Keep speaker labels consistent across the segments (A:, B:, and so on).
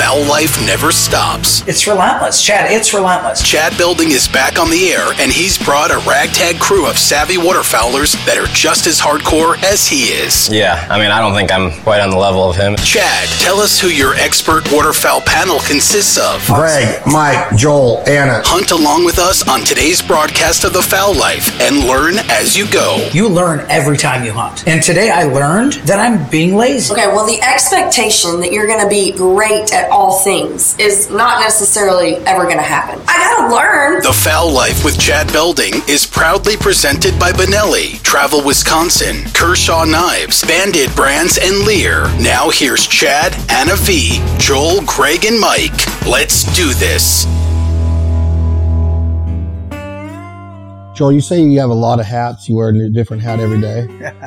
A: Foul Life never stops.
B: It's relentless, Chad. It's relentless.
A: Chad Building is back on the air, and he's brought a ragtag crew of savvy waterfowlers that are just as hardcore as he is.
C: Yeah, I mean, I don't think I'm quite on the level of him.
A: Chad, tell us who your expert waterfowl panel consists of.
D: Greg, Mike, Joel, Anna.
A: Hunt along with us on today's broadcast of The Foul Life and learn as you go.
B: You learn every time you hunt. And today I learned that I'm being lazy.
E: Okay, well, the expectation that you're going to be great at all things is not necessarily ever going to happen. I got to learn.
A: The Foul Life with Chad Belding is proudly presented by Benelli, Travel Wisconsin, Kershaw Knives, Bandit Brands, and Lear. Now here's Chad, Anna V, Joel, Greg, and Mike. Let's do this.
D: Joel, you say you have a lot of hats. You wear a new- different hat every day.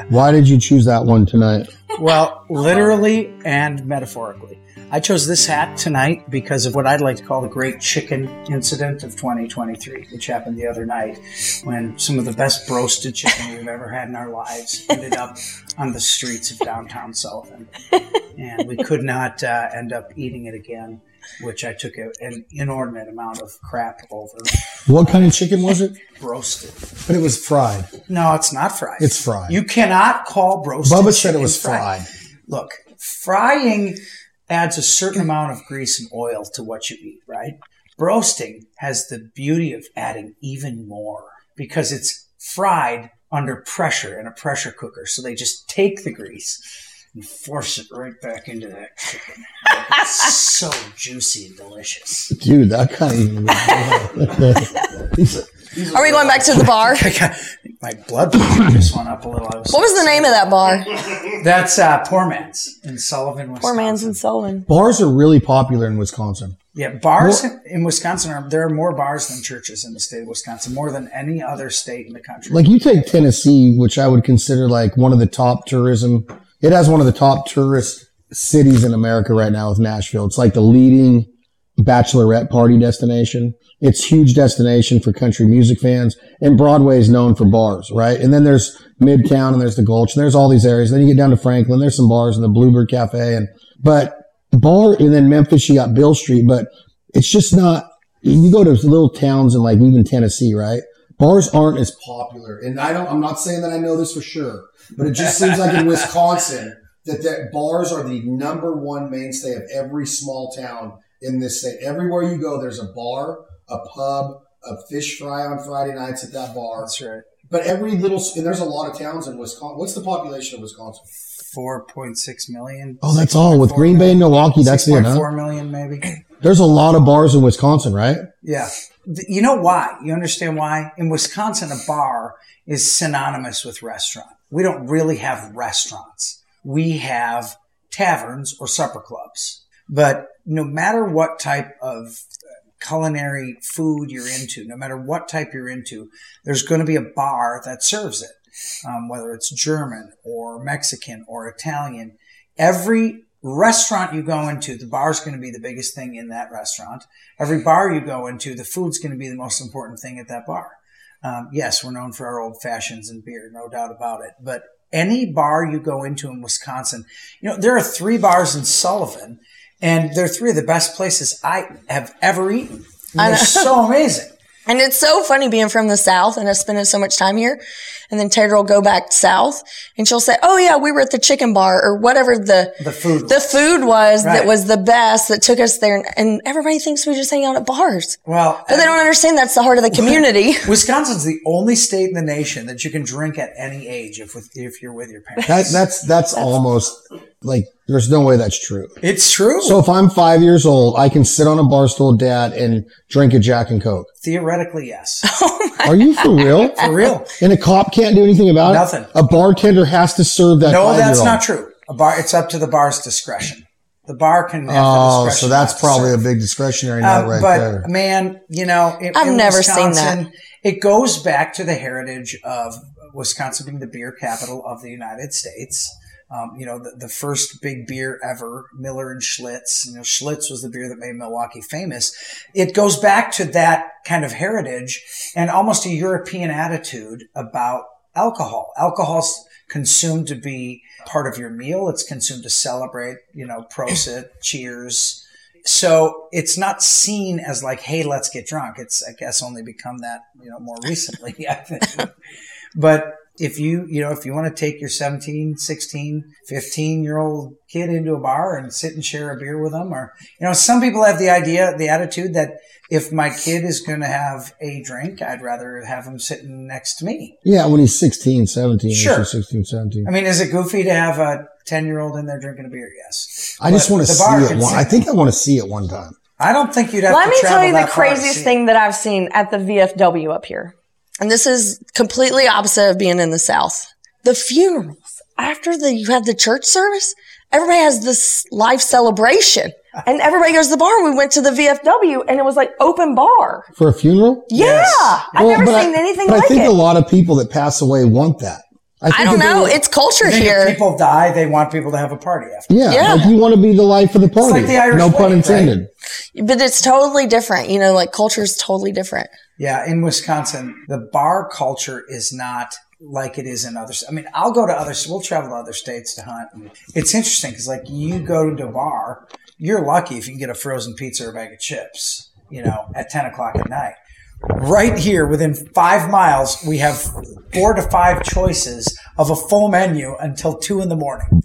D: Why did you choose that one tonight?
B: Well, literally and metaphorically. I chose this hat tonight because of what I'd like to call the great chicken incident of 2023, which happened the other night when some of the best roasted chicken we've ever had in our lives ended up on the streets of downtown Sullivan. And we could not uh, end up eating it again, which I took a, an inordinate amount of crap over
D: What kind of chicken was it?
B: roasted.
D: But it was fried.
B: No, it's not fried.
D: It's fried.
B: You cannot call broasted.
D: Bubba said it
B: chicken
D: was fried.
B: Look, frying adds a certain amount of grease and oil to what you eat, right? Broasting has the beauty of adding even more because it's fried under pressure in a pressure cooker. So they just take the grease and force it right back into that chicken. It's so juicy and delicious.
D: Dude, that kind of.
F: Are we going back to the bar?
B: I got, my blood pressure just went up a little. I was,
F: What was the name of that bar?
B: That's uh, Poor Man's in Sullivan, Wisconsin.
F: Poor man's in Sullivan.
D: Bars are really popular in Wisconsin.
B: Yeah, bars in Wisconsin are there are more bars than churches in the state of Wisconsin, more than any other state in the country.
D: Like you take Tennessee, which I would consider like one of the top tourism. It has one of the top tourist cities in America right now with Nashville. It's like the leading bachelorette party destination. It's huge destination for country music fans and Broadway is known for bars, right? And then there's Midtown and there's the Gulch and there's all these areas. Then you get down to Franklin, there's some bars and the Bluebird Cafe and, but bar and then Memphis, you got Bill Street, but it's just not, you go to little towns and like even Tennessee, right? Bars aren't as popular. And I don't, I'm not saying that I know this for sure, but it just seems like in Wisconsin that, that bars are the number one mainstay of every small town in this state. Everywhere you go, there's a bar, a pub, a fish fry on Friday nights at that bar.
B: That's right.
D: But every little, and there's a lot of towns in Wisconsin. What's the population of Wisconsin?
B: Four point six million.
D: Oh, that's all. With Green Bay and Milwaukee, that's it, huh?
B: Four million, maybe.
D: There's a lot of bars in Wisconsin, right?
B: Yeah. Th- You know why? You understand why? In Wisconsin, a bar is synonymous with restaurant. We don't really have restaurants. We have taverns or supper clubs. But no matter what type of uh, culinary food you're into, no matter what type you're into, there's going to be a bar that serves it. Um, whether it's German or Mexican or Italian, every restaurant you go into, the bar's going to be the biggest thing in that restaurant. Every bar you go into, the food's going to be the most important thing at that bar. Um, yes, we're known for our old fashions and beer, no doubt about it. But any bar you go into in Wisconsin, you know, there are three bars in Sullivan, and they're three of the best places I have ever eaten. And They're so amazing.
F: And it's so funny being from the South and us spending so much time here. And then Taylor will go back south and she'll say, Oh yeah, we were at the chicken bar or whatever the,
B: The food.
F: the food was
B: Right.
F: that was the best that took us there. And everybody thinks we just hang out at bars,
B: well,
F: but they don't understand that's the heart of the community.
B: Wisconsin's the only state in the nation that you can drink at any age if with, if you're with your parents.
D: That, that's that's almost like there's no way that's true.
B: it's true.
D: So if I'm five years old, I can sit on a bar stool, dad, and drink a Jack and Coke.
B: Theoretically, yes.
D: Are you for real?
B: For real.
D: And a cop can't do anything about it.
B: Nothing.
D: A bartender has to serve that.
B: No, that's
D: five-year-old.
B: not true. A bar, it's up to the bar's discretion. The bar can have
D: Oh,
B: the
D: so
B: discretion
D: that's
B: not to
D: probably
B: serve.
D: a big discretionary note
B: Um,
D: right
B: but
D: there.
B: man, you know, in,
F: I've
B: in
F: never seen
B: Wisconsin, It goes back to the heritage of Wisconsin being the beer capital of the United States. Um, you know, the, the first big beer ever, Miller and Schlitz. You know, Schlitz was the beer that made Milwaukee famous. It goes back to that kind of heritage and almost a European attitude about alcohol. Alcohol's consumed to be part of your meal. It's consumed to celebrate, you know, prosit, cheers, so it's not seen as like, hey, let's get drunk. It's, I guess, only become that, you know, more recently, I think. But if you, you know, if you want to take your 17, 16, 15 year old kid into a bar and sit and share a beer with them, or, you know, some people have the idea, the attitude that if my kid is going to have a drink, I'd rather have him sitting next to me.
D: Yeah, when he's 16, 17, when
B: Sure.
D: she's 16, 17.
B: I mean, is it goofy to have a 10 year old in there drinking a beer? Yes.
D: I just
B: But
D: want to
B: the
D: see
B: bar
D: it.
B: can
D: One,
B: sit-
D: I think I want to see it one time.
B: I don't think you'd have
G: Let
B: to
G: me
B: travel
G: tell you the
B: that far to see
G: craziest
B: it.
G: thing that I've seen at the VFW up here.
F: And this is completely opposite of being in the South. The funerals after the you have the church service, everybody has this life celebration, and everybody goes to the bar. And we went to the VFW, and it was like open bar.
D: For a funeral?
F: Yeah,
G: I've
D: Well,
G: never
D: but
G: seen
D: I,
G: anything
D: but
G: like
D: I think
G: it.
D: a lot of people that pass away want that.
F: I don't
D: that
F: know.
D: they-
F: It's culture
B: You think if
F: here.
B: people die, they want people to have a party after.
D: Yeah,
F: Yeah.
D: like you want to be the life of the party.
B: like the Irish
D: no
B: wedding,
D: pun
B: right?
D: intended.
F: But it's totally different. You know, like culture is totally different.
B: Yeah, in Wisconsin, the bar culture is not like it is in other. I mean, I'll go to other. We'll travel to other states to hunt. And it's interesting because, like, you go to a bar, you're lucky if you can get a frozen pizza or a bag of chips. You know, at ten o'clock at night. Right here, within five miles, we have four to five choices of a full menu until two in the morning.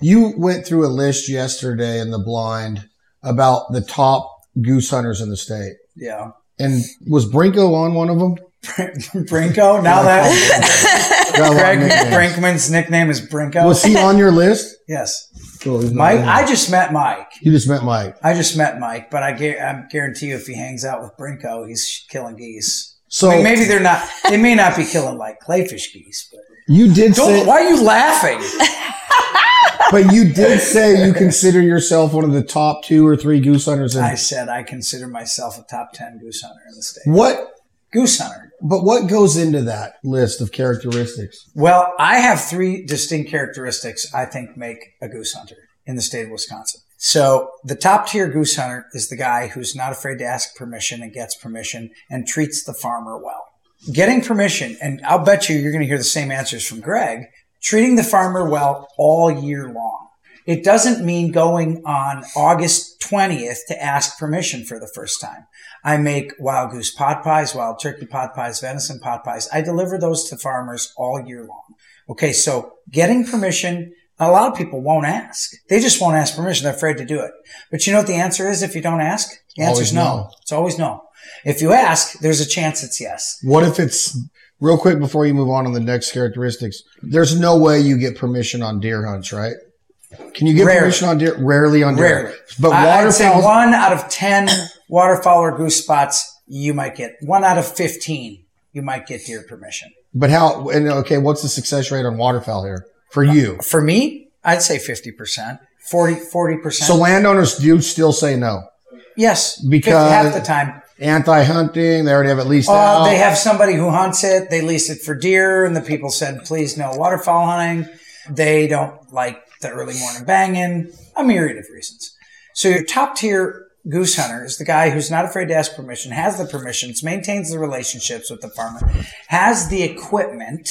D: You went through a list yesterday in the blind about the top goose hunters in the state.
B: Yeah,
D: And was Brinko on one of them?
B: Brinko. Now that
D: Got a lot of
B: Greg
D: nicknames.
B: Brinkman's nickname is Brinko.
D: Was he on your list?
B: yes.
D: Oh, he's not
B: Mike,
D: on
B: I
D: it.
B: just met Mike.
D: you just met Mike.
B: I just met Mike, but I, gu- I guarantee you, if he hangs out with Brinko, he's killing geese.
D: So
B: I mean, maybe they're not. They may not be killing like clayfish geese, but
D: you did say,
B: don't. Why are you laughing?
D: but you did say you consider yourself one of the top two or three goose hunters in.
B: I said I consider myself a top ten goose hunter in the state.
D: What?
B: Goose hunter.
D: But what goes into that list of characteristics?
B: Well, I have three distinct characteristics I think make a goose hunter in the state of Wisconsin. So the top tier goose hunter is the guy who's not afraid to ask permission and gets permission and treats the farmer well. Getting permission, and I'll bet you you're going to hear the same answers from Greg, treating the farmer well all year long. It doesn't mean going on August 20th to ask permission for the first time. I make wild goose pot pies, wild turkey pot pies, venison pot pies. I deliver those to farmers all year long. Okay. So getting permission, a lot of people won't ask. They just won't ask permission. They're afraid to do it. But you know what the answer is if you don't ask? The answer
D: Always
B: is
D: no.
B: no. It's always no. If you ask, there's a chance it's yes.
D: What if it's real quick before you move on to the next characteristics? There's no way you get permission on deer hunts, right? Can you get
B: Rarely.
D: permission on deer? Rarely on deer.
B: Rarely.
D: But
B: I- I'd say
D: waterfowl.
B: one out of 10 waterfowl or goose spots, you might get one out of 15, you might get deer permission.
D: but how? And okay, what's the success rate on waterfowl here for you?
B: For me, I'd say 50%, 40, 40%.
D: So landowners do still say no.
B: yes,
D: because-
B: half the time.
D: Anti-hunting. They already have at least.
B: Uh,
D: out.
B: they have somebody who hunts it. They lease it for deer, and the people said, please no waterfowl hunting. They don't like the early morning banging, a myriad of reasons. So your top tier goose hunter is the guy who's not afraid to ask permission, has the permissions, maintains the relationships with the farmer, has the equipment,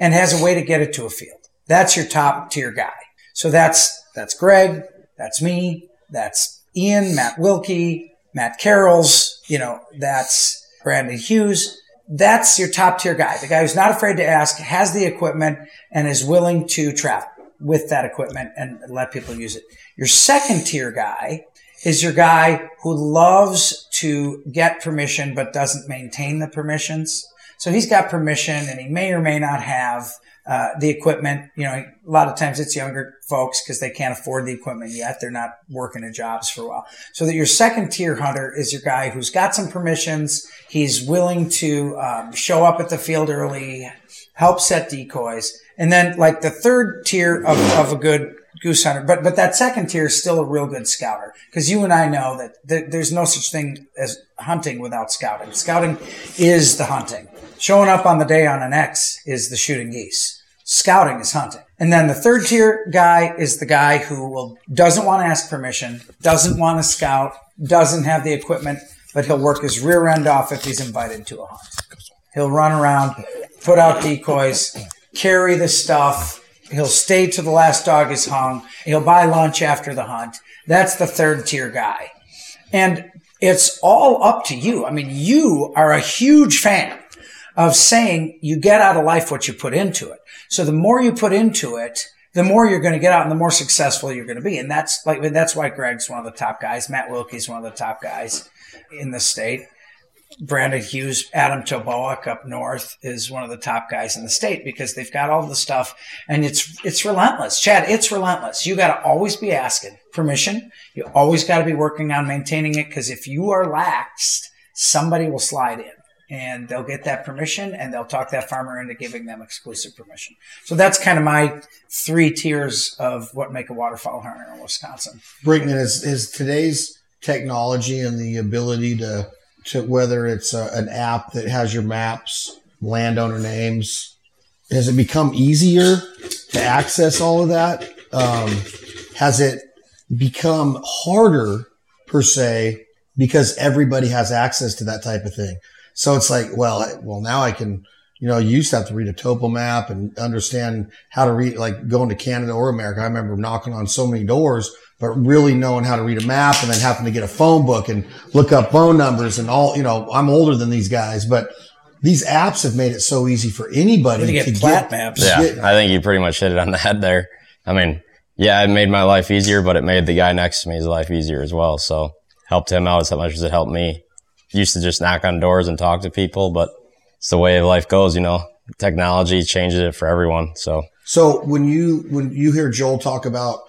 B: and has a way to get it to a field. That's your top tier guy. So that's that's Greg, that's me, that's Ian, Matt Wilkie, Matt Carroll's, you know, that's Brandon Hughes. That's your top tier guy, the guy who's not afraid to ask, has the equipment, and is willing to travel with that equipment and let people use it. Your second tier guy is your guy who loves to get permission but doesn't maintain the permissions. So he's got permission and he may or may not have uh, the equipment. You know, a lot of times it's younger folks because they can't afford the equipment yet. They're not working in jobs for a while. So that your second tier hunter is your guy who's got some permissions. He's willing to um, show up at the field early, help set decoys. And then like the third tier of, of a good goose hunter, but, but that second tier is still a real good scouter. Cause you and I know that there, there's no such thing as hunting without scouting. Scouting is the hunting. Showing up on the day on an X is the shooting geese. Scouting is hunting. And then the third tier guy is the guy who will, doesn't want to ask permission, doesn't want to scout, doesn't have the equipment, but he'll work his rear end off if he's invited to a hunt. He'll run around, put out decoys, carry the stuff. He'll stay till the last dog is hung. He'll buy lunch after the hunt. That's the third tier guy. And it's all up to you. I mean, you are a huge fan of saying you get out of life what you put into it. So the more you put into it, the more you're going to get out and the more successful you're going to be. And that's like, that's why Greg's one of the top guys. Matt Wilkie's one of the top guys in the state. Brandon Hughes, Adam Toboak up north is one of the top guys in the state because they've got all the stuff and it's, it's relentless. Chad, it's relentless. You got to always be asking permission. You always got to be working on maintaining it because if you are lax, somebody will slide in and they'll get that permission and they'll talk that farmer into giving them exclusive permission. So that's kind of my three tiers of what make a waterfowl hunter in Wisconsin.
D: Brinkman, is, is today's technology and the ability to, to whether it's a, an app that has your maps, landowner names, has it become easier to access all of that? Um, has it become harder per se because everybody has access to that type of thing? So it's like, well, I- well, now I can, you know, you used to have to read a topo map and understand how to read, like going to Canada or America. I remember knocking on so many doors, but really knowing how to read a map and then having to get a phone book and look up phone numbers and all, you know, I'm older than these guys, but these apps have made it so easy for anybody
B: You get plat maps.
D: Yeah.
C: Yeah, I think you pretty much hit it on the head there. I mean, yeah, it made my life easier, but it made the guy next to me's life easier as well. So helped him out as much as it helped me. Used to just knock on doors and talk to people, but it's the way of life goes, you know. Technology changes it for everyone. So
D: So when you when you hear Joel talk about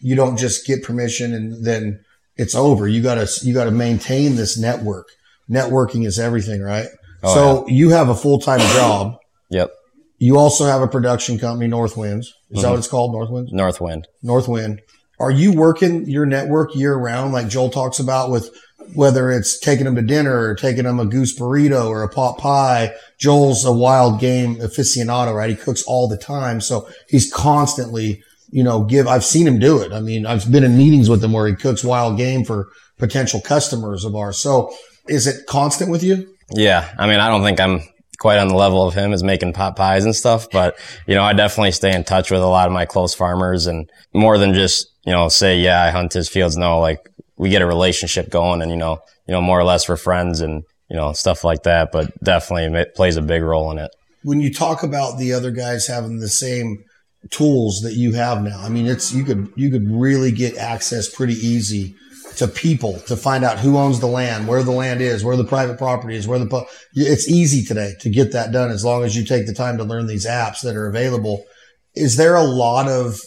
D: you don't just get permission and then it's over. You gotta you gotta maintain this network. Networking is everything, right?
C: Oh,
D: so you have a full time job.
C: yep,
D: You also have a production company, Northwinds. Is that what it's called, Northwinds?
C: north wind.
D: Northwind. Are you working your network year round, like Joel talks about, with whether it's taking them to dinner or taking them a goose burrito or a pot pie? Joel's a wild game aficionado, right? He cooks all the time, so he's constantly, you know, give. I've seen him do it. I mean, I've been in meetings with him where he cooks wild game for potential customers of ours. So, is it constant with you?
C: Yeah, I mean, I don't think I'm quite on the level of him as making pot pies and stuff, but you know, I definitely stay in touch with a lot of my close farmers and more than just, you know, say, yeah, I hunt his fields. No, like we get a relationship going and, you know, you know, more or less we're friends and, you know, stuff like that, but definitely it plays a big role in it.
D: When you talk about the other guys having the same tools that you have now. I mean, it's you could you could really get access pretty easy to people to find out who owns the land, where the land is, where the private property is, where the pu- it's easy today to get that done as long as you take the time to learn these apps that are available. Is there a lot of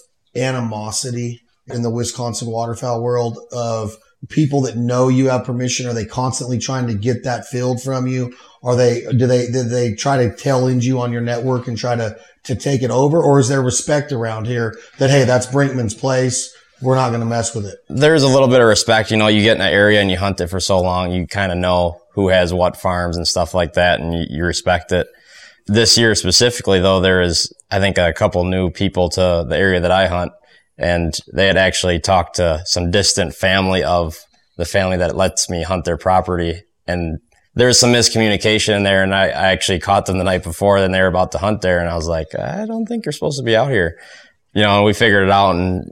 D: animosity in the Wisconsin waterfowl world of people that know you have permission? Are they constantly trying to get that filled from you? Are they do they do they try to tail end you on your network and try to to take it over, or is there respect around here that hey, that's Brinkman's place? We're not going to mess with it.
C: there's a little bit of respect. You know, you get in an area and you hunt it for so long, you kind of know who has what farms and stuff like that, and you, you respect it. This year specifically, though, there is, I think, a couple new people to the area that I hunt, and they had actually talked to some distant family of the family that lets me hunt their property, and there was some miscommunication in there, and I, I actually caught them the night before, and they were about to hunt there, and I was like, I don't think you're supposed to be out here. You know, and we figured it out, and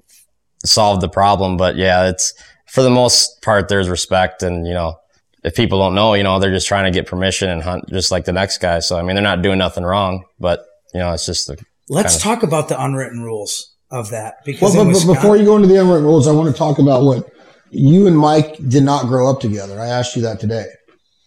C: solve the problem. But yeah, it's for the most part, there's respect. And, you know, if people don't know, you know, they're just trying to get permission and hunt just like the next guy. So, I mean, they're not doing nothing wrong, but, you know, it's just the,
B: Let's talk about the unwritten rules of that
D: Well,
B: because
D: but,
B: in
D: but
B: Wisconsin-
D: before you go into the unwritten rules, I want to talk about what you and Mike did not grow up together. I asked you that today.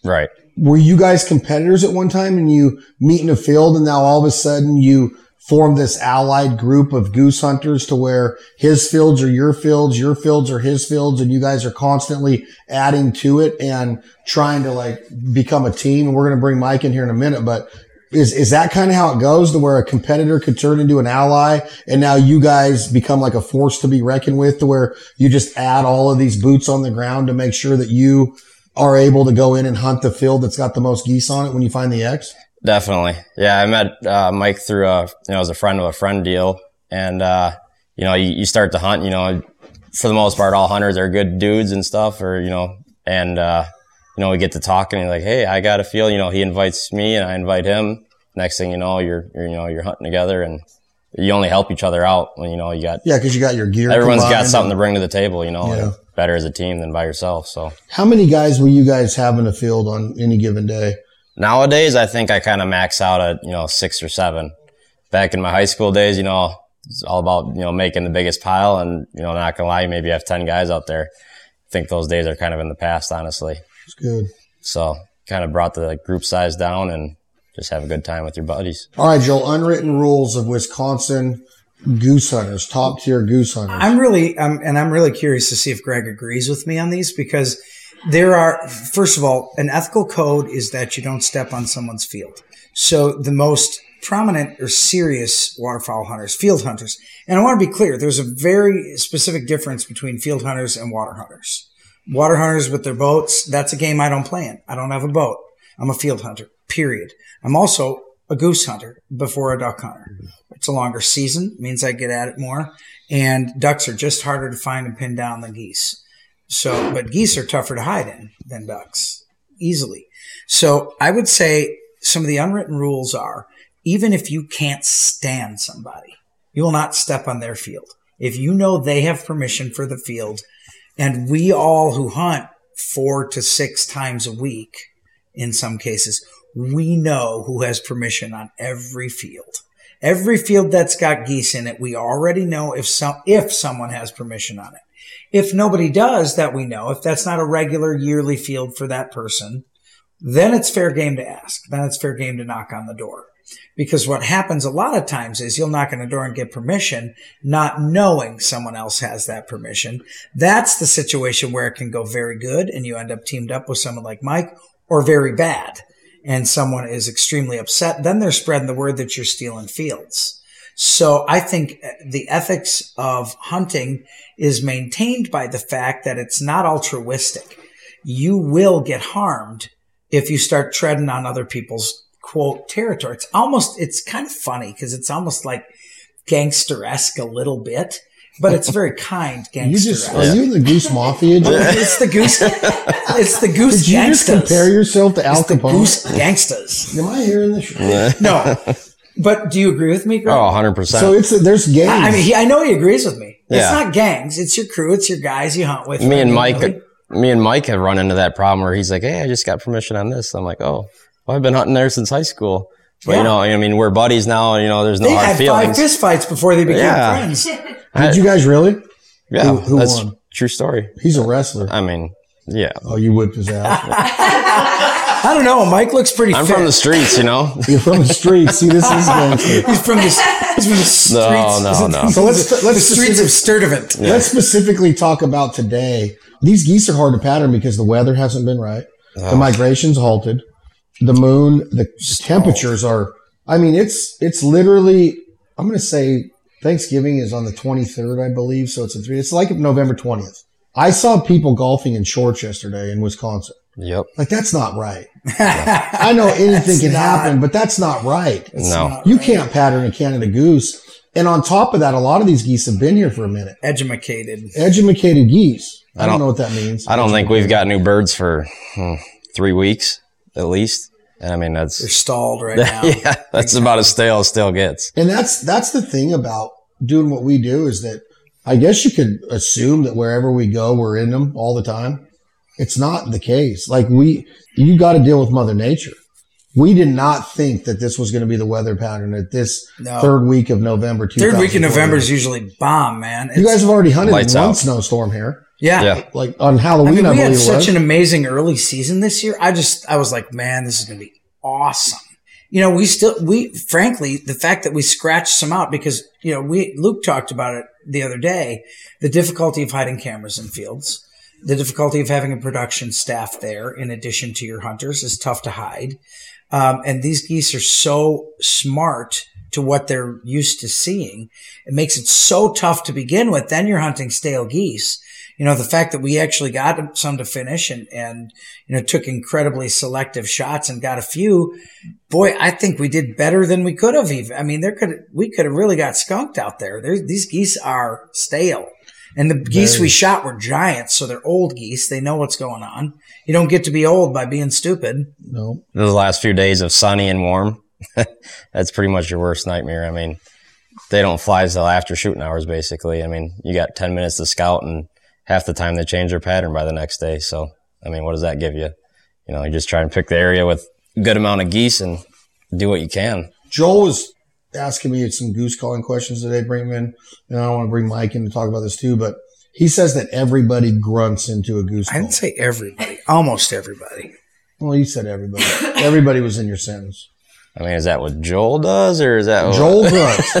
C: right.
D: Were you guys competitors at one time, and you meet in a field, and now all of a sudden you form this allied group of goose hunters to where his fields are your fields, your fields are his fields, and you guys are constantly adding to it and trying to like become a team. And we're going to bring Mike in here in a minute, but is is that kind of how it goes to where a competitor could turn into an ally and now you guys become like a force to be reckoned with to where you just add all of these boots on the ground to make sure that you are able to go in and hunt the field that's got the most geese on it when you find the X?
C: Definitely. Yeah. I met uh, Mike through a, you know, as a friend of a friend deal. And, uh, you know, you, you start to hunt, you know, for the most part, all hunters are good dudes and stuff, or, you know, and, uh, you know, we get to talking and like, Hey, I got a feel, you know, he invites me and I invite him. Next thing you know, you're, you're, you know, you're hunting together and you only help each other out when you know you got
D: Yeah, because you got your gear.
C: everyone's got
D: combined.
C: something to bring to the table. You know,
D: Yeah.
C: and better as a team than by yourself. So
D: How many guys will you guys have in a field on any given day?
C: nowadays, I think I kind of max out at you know six or seven. Back in my high school days, you know, it's all about you know making the biggest pile, and you know, not gonna lie, you maybe have ten guys out there. I think those days are kind of in the past, honestly.
D: It's good.
C: So kind of brought the group size down and just have a good time with your buddies.
D: All right, Joel. Unwritten rules of Wisconsin goose hunters, top tier goose hunters.
B: I'm really, um, and I'm really curious to see if Greg agrees with me on these because there are, first of all, an ethical code is that you don't step on someone's field. So the most prominent or serious waterfowl hunters, field hunters, and I want to be clear, there's a very specific difference between field hunters and water hunters. Water hunters with their boats, that's a game I don't play in. I don't have a boat. I'm a field hunter, period. I'm also a goose hunter before a duck hunter. It's a longer season, means I get at it more. And ducks are just harder to find and pin down than geese. So, but geese are tougher to hide in than ducks easily. So I would say some of the unwritten rules are even if you can't stand somebody, you will not step on their field. If you know they have permission for the field, and we all who hunt four to six times a week in some cases, we know who has permission on every field. Every field that's got geese in it, we already know if some, if someone has permission on it. If nobody does that, we know if that's not a regular yearly field for that person, then it's fair game to ask. Then it's fair game to knock on the door. Because what happens a lot of times is you'll knock on the door and get permission, not knowing someone else has that permission. That's the situation where it can go very good and you end up teamed up with someone like Mike or very bad and someone is extremely upset. Then they're spreading the word that you're stealing fields. So I think uh, the ethics of hunting is maintained by the fact that it's not altruistic. You will get harmed if you start treading on other people's quote territory. It's almost, it's kind of funny because it's almost like gangster esque a little bit, but it's very kind
D: you
B: gangster
D: just are you in the goose mafia? Joel?
B: It's the goose. It's the goose
D: Did you just
B: gangsters.
D: compare yourself to Al
B: it's the goose
D: Capone?
B: gangsters.
D: Am I hearing this?
B: No, but do you agree with me, Greg?
C: Oh, 100%.
D: So it's there's games.
B: I mean, he, I know he agrees with me.
C: Yeah.
B: It's not gangs. It's your crew. It's your guys you hunt with.
C: me and Mike,
B: Really?
C: me and Mike have run into that problem where he's like, "Hey, I just got permission on this." I'm like, "Oh, well, I've been hunting there since high school." But
B: Yeah.
C: you know, I mean, we're buddies now. You know, there's no
B: They
C: hard
B: had five
C: feelings.
B: fist fights before they became
C: Yeah.
B: friends.
D: Did you guys really?
C: Yeah,
D: Who- who
C: that's
D: won?
C: true story.
D: He's a wrestler.
C: I mean, yeah,
D: Oh, you whipped his ass.
B: I don't know. Mike looks pretty.
C: I'm
B: fit.
C: from the streets. You know,
D: You're from the streets. See, this is gangster.
B: He's from the. He's from the streets.
C: no, no, no.
D: So let's
B: The
D: let's
B: streets of Sturtevant.
D: Let's specifically talk about today. These geese are hard to pattern because the weather hasn't been right. The migration's halted. The moon, the temperatures are. I mean, it's it's literally. I'm going to say Thanksgiving is on the 23rd, I believe. So it's a three. It's like November 20th. I saw people golfing in shorts yesterday in Wisconsin.
C: yep,
D: Like that's not right. I know anything can happen, but that's not right.
C: no,
D: You can't pattern a Canada goose. And on top of that, a lot of these geese have been here for a minute
B: Edumacated.
D: edumacated geese. I don't,
C: don't-
D: know what that means.
C: I don't think we've got new birds for hmm, three weeks at least. And I mean,
B: They're
C: that's
B: stalled right now.
C: yeah, that's about as stale as stale gets.
D: And that's that's the thing about doing what we do is that I guess you could assume that wherever we go, we're in them all the time. It's not the case. Like we, you got to deal with Mother Nature. We did not think that this was going to be the weather pattern at this
B: No.
D: third week of November.
B: Third week in
D: 2020.
B: November is usually bomb, man.
D: You guys have already hunted
C: Lights
D: one
C: out.
D: snowstorm here,
B: yeah.
C: Yeah.
D: like on
B: I
D: Halloween.
B: mean,
D: I,
B: we had
D: believe it
B: such
D: was.
B: an amazing early season this year. I just, I was like, man, this is going to be awesome. You know, we still, we, frankly, the fact that we scratched some out because, you know, we, Luke talked about it the other day, the difficulty of hiding cameras in fields, the difficulty of having a production staff there in addition to your hunters is tough to hide. Um, and these geese are so smart to what they're used to seeing. It makes it so tough to begin with. Then you're hunting stale geese. You know, the fact that we actually got some to finish and, and, you know, took incredibly selective shots and got a few. Boy, I think we did better than we could have even. I mean, there could, we could have really got skunked out there. There, these geese are stale. And the geese we shot were giants, so they're old geese. They know what's going on. You don't get to be old by being stupid.
D: no,
C: those last few days of sunny and warm, that's pretty much your worst nightmare. I mean, they don't fly till after shooting hours, basically. I mean, you got 10 minutes to scout, and half the time they change their pattern by the next day. So, I mean, what does that give you? You know, you just try and pick the area with a good amount of geese and do what you can.
D: Joel was asking me some goose calling questions today, bring him in. And I want to bring Mike in to talk about this too, but he says that everybody grunts into a goose
B: I
D: call.
B: didn't say everybody, almost everybody.
D: well, you said everybody. everybody was in your sentence.
C: I mean, is that what Joel does, or is that what,
D: Joel grunts,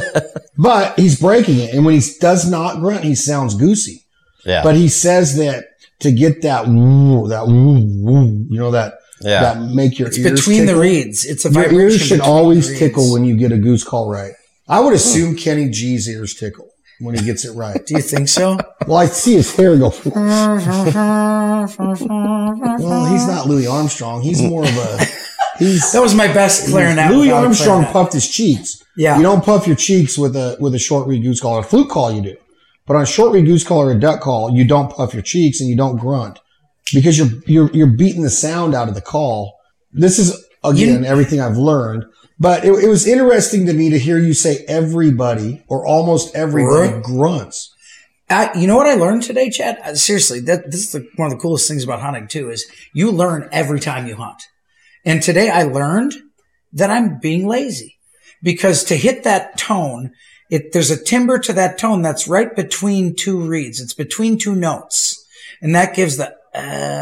D: but he's breaking it. And when he does not grunt, he sounds goosey.
C: Yeah,
D: But he says that to get that woo, that woo, woo, you know, that,
C: yeah.
D: that make your
B: It's
D: ears
B: between
D: tickle.
B: the reeds. It's a
D: Your
B: vibration.
D: ears should
B: between
D: always
B: the reeds.
D: tickle when you get a goose call right. I would assume Kenny G's ears tickle when he gets it right.
B: Do you think so?
D: Well, I see his hair go. well, he's not Louis Armstrong. He's more of a. He's
B: That was my best clarinet.
D: Louis
B: without a
D: Armstrong
B: clarinet.
D: puffed his cheeks.
B: Yeah.
D: You don't puff your cheeks with a with a short reed goose call or a flute call. You do, but on a short reed goose call or a duck call, you don't puff your cheeks and you don't grunt because you're you're you're beating the sound out of the call. This is again everything I've learned. But it, it was interesting to me to hear you say everybody or almost everybody
B: Grunt.
D: grunts.
B: I, you know what I learned today, Chad? Uh, Seriously, that this is the, one of the coolest things about hunting too is you learn every time you hunt. And today I learned that I'm being lazy because to hit that tone, it, there's a timber to that tone that's right between two reeds. It's between two notes, and that gives the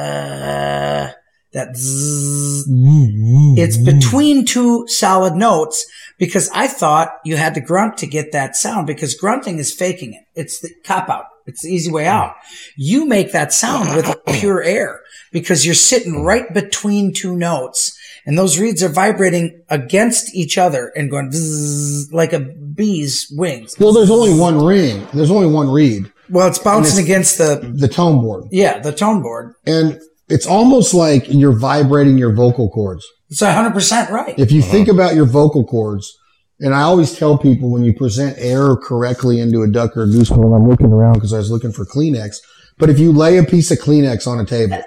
B: uh, that zzz.
D: Mm-hmm.
B: It's between two solid notes because I thought you had to grunt to get that sound because grunting is faking it. It's the cop out. It's the easy way out. You make that sound with pure air because you're sitting right between two notes and those reeds are vibrating against each other and going bzzz, like a bee's wings.
D: Well, there's only one ring. There's only one reed.
B: Well, it's bouncing against the,
D: The tone board.
B: yeah, the tone board.
D: And it's almost like you're vibrating your vocal cords.
B: It's 100% right.
D: If you think about your vocal cords, and I always tell people when you present air correctly into a duck or a goose call, I'm looking around because I was looking for Kleenex. But if you lay a piece of Kleenex on a table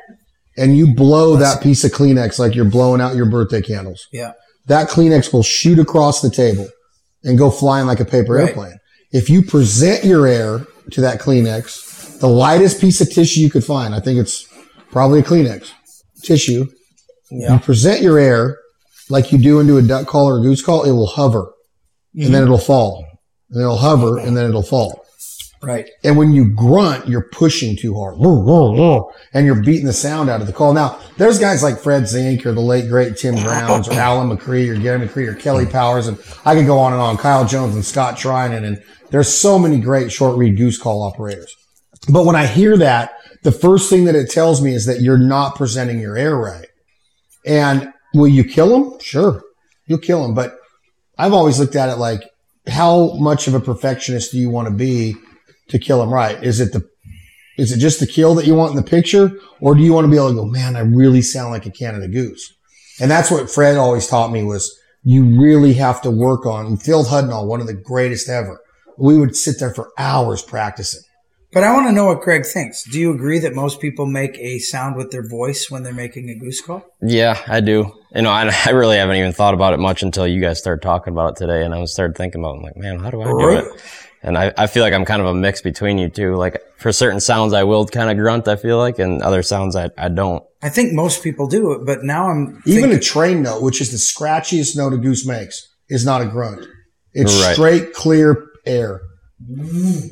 D: and you blow that piece of Kleenex like you're blowing out your birthday candles,
B: Yeah.
D: that Kleenex will shoot across the table and go flying like a paper
B: Right.
D: airplane. If you present your air to that Kleenex, the lightest piece of tissue you could find, I think it's probably a Kleenex tissue. You present your air like you do into a duck call or a goose call, it will hover and
B: Mm-hmm.
D: then it'll fall and it'll hover and then it'll fall.
B: Right.
D: And when you grunt, you're pushing too hard. And you're beating the sound out of the call. Now, there's guys like Fred Zink or the late great Tim Browns or Alan McCree or Gary McCree or Kelly Powers. And I could go on and on. Kyle Jones and Scott Trinan. And there's so many great short read goose call operators. But when I hear that, the first thing that it tells me is that you're not presenting your air right. And will you kill them? Sure. You'll kill them. But I've always looked at it like, how much of a perfectionist do you want to be to kill him right? Is it the is it just the kill that you want in the picture, or do you want to be able to go, man, I really sound like a Canada goose? And that's what Fred always taught me was you really have to work on. And Phil Hudnall, one of the greatest ever, we would sit there for hours practicing.
B: But I want to know what Greg thinks. Do you agree that most people make a sound with their voice when they're making a goose call?
C: Yeah, I do. You know, I, I really haven't even thought about it much until you guys started talking about it today, and I was started thinking about. It. I'm like, man, how do I do
B: Right.
C: it? And I, I feel like I'm kind of a mix between you two. Like for certain sounds, I will kind of grunt. I feel like, and other sounds, I, I don't.
B: I think most people do it, but now I'm
D: Even a train note, which is the scratchiest note a goose makes, is not a grunt. It's
C: Right.
D: straight, clear air. And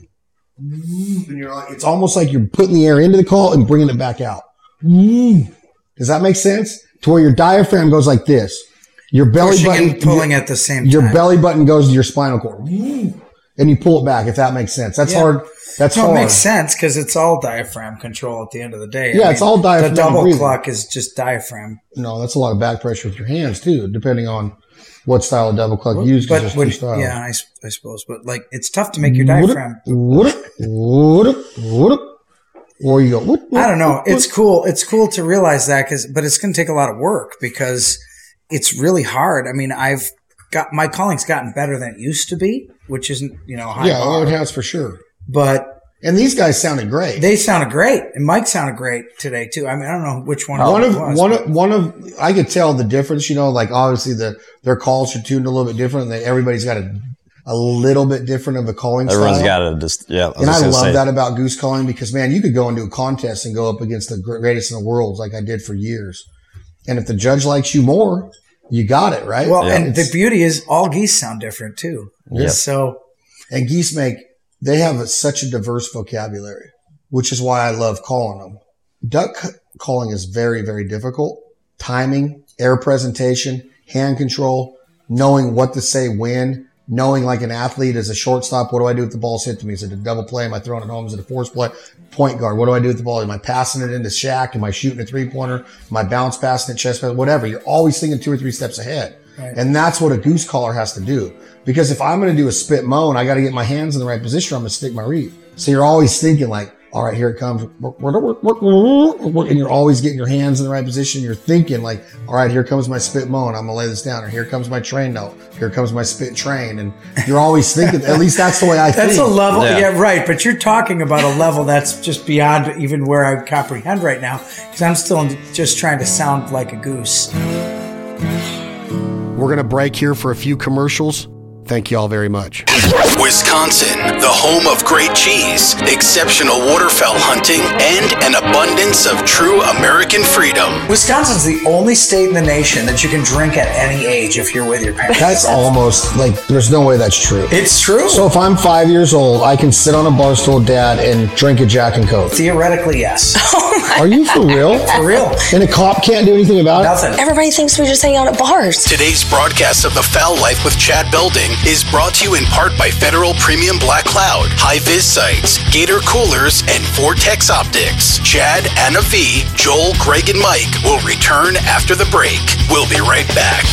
D: you're like, it's almost like you're putting the air into the call and bringing it back out. Does that make sense? To where your diaphragm goes like this, your belly
B: pushing
D: button
B: and pulling at the same
D: your
B: time.
D: belly button goes to your spinal cord, and you pull it back. If that makes sense, that's
B: Yeah.
D: hard. That's
B: No, it
D: hard.
B: makes sense because it's all diaphragm control at the end of the day.
D: Yeah, it's all diaphragm
B: The double
D: breathing.
B: cluck is just diaphragm.
D: No, that's a lot of back pressure with your hands too, depending on what style of double cluck you use. 'cause
B: But
D: there's two
B: when,
D: styles.
B: yeah, I, s- I suppose. But like, it's tough to make your diaphragm.
D: Whoop, whoop, whoop. Or you go, whoop, whoop,
B: I don't know.
D: whoop, whoop.
B: It's cool. It's cool to realize that, cause, but it's going to take a lot of work because it's really hard. I mean, I've got my calling's gotten better than it used to be, which isn't you know a high
D: yeah,
B: bar,
D: oh, it has for sure.
B: but
D: And these guys sounded great.
B: They sounded great, and Mike sounded great today too. I mean, I don't know which one.
D: one
B: it
D: of
B: was,
D: one
B: but-
D: of one of I could tell the difference. You know, like obviously the their calls are tuned a little bit different. And they, everybody's got a
H: a little bit different of a calling
C: Everyone's
H: style.
C: got to just yeah. was
H: And I
C: just gonna
H: love
C: say,
H: that about goose calling because man, you could go into a contest and go up against the gr- greatest in the world, like I did for years. And if the judge likes you more, you got it right.
B: Well, and the
H: It's-
B: beauty is all geese sound different too.
C: Yep.
B: So
H: and geese make they have a, such a diverse vocabulary, which is why I love calling them. Duck c- calling is very very difficult. Timing, air presentation, hand control, knowing what to say when, knowing like an athlete as a shortstop, what do I do if the ball's hit to me? Is it a double play? Am I throwing it home? Is it a force play? Point guard, what do I do with the ball? Am I passing it into Shaq? Am I shooting a three pointer? Am I bounce passing it chest pass? Whatever. You're always thinking two or three steps ahead. And that's what a goose caller has to do. Because if I'm going to do a spit moan, I got to get my hands in the right position. I'm going to stick my reef. So you're always thinking like, all right, here it comes. And you're always getting your hands in the right position. You're thinking like, all right, here comes my spit moan. I'm going to lay this down. Or here comes my train note. Here comes my spit train. And you're always thinking, at least that's the way I
B: that's a
H: think.
B: level. Yeah.
C: Yeah.
B: right. But you're talking about a level that's just beyond even where I would comprehend right now because I'm still just trying to sound like a goose.
H: We're going to break here for a few commercials. Thank you all very much.
A: Wisconsin, the home of great cheese, exceptional waterfowl hunting, and an abundance of true American freedom.
B: Wisconsin's the only state in the nation that you can drink at any age if you're with your parents.
H: That's almost like there's no way that's true.
B: It's true.
H: So if I'm five years old, I can sit on a bar stool, dad, and drink a Jack and Coke.
B: Theoretically, yes.
H: Are you for real?
B: For real.
H: And a cop can't do anything about it.
B: Nothing.
F: Everybody thinks we just hang out at bars.
A: Today's broadcast of The Foul Life with Chad Belding is brought to you in part by Federal Premium Black Cloud, High Viz Sites, Gator Coolers, and Vortex Optics. Chad, Anna V, Joel, Greg, and Mike will return after the break. We'll be right back.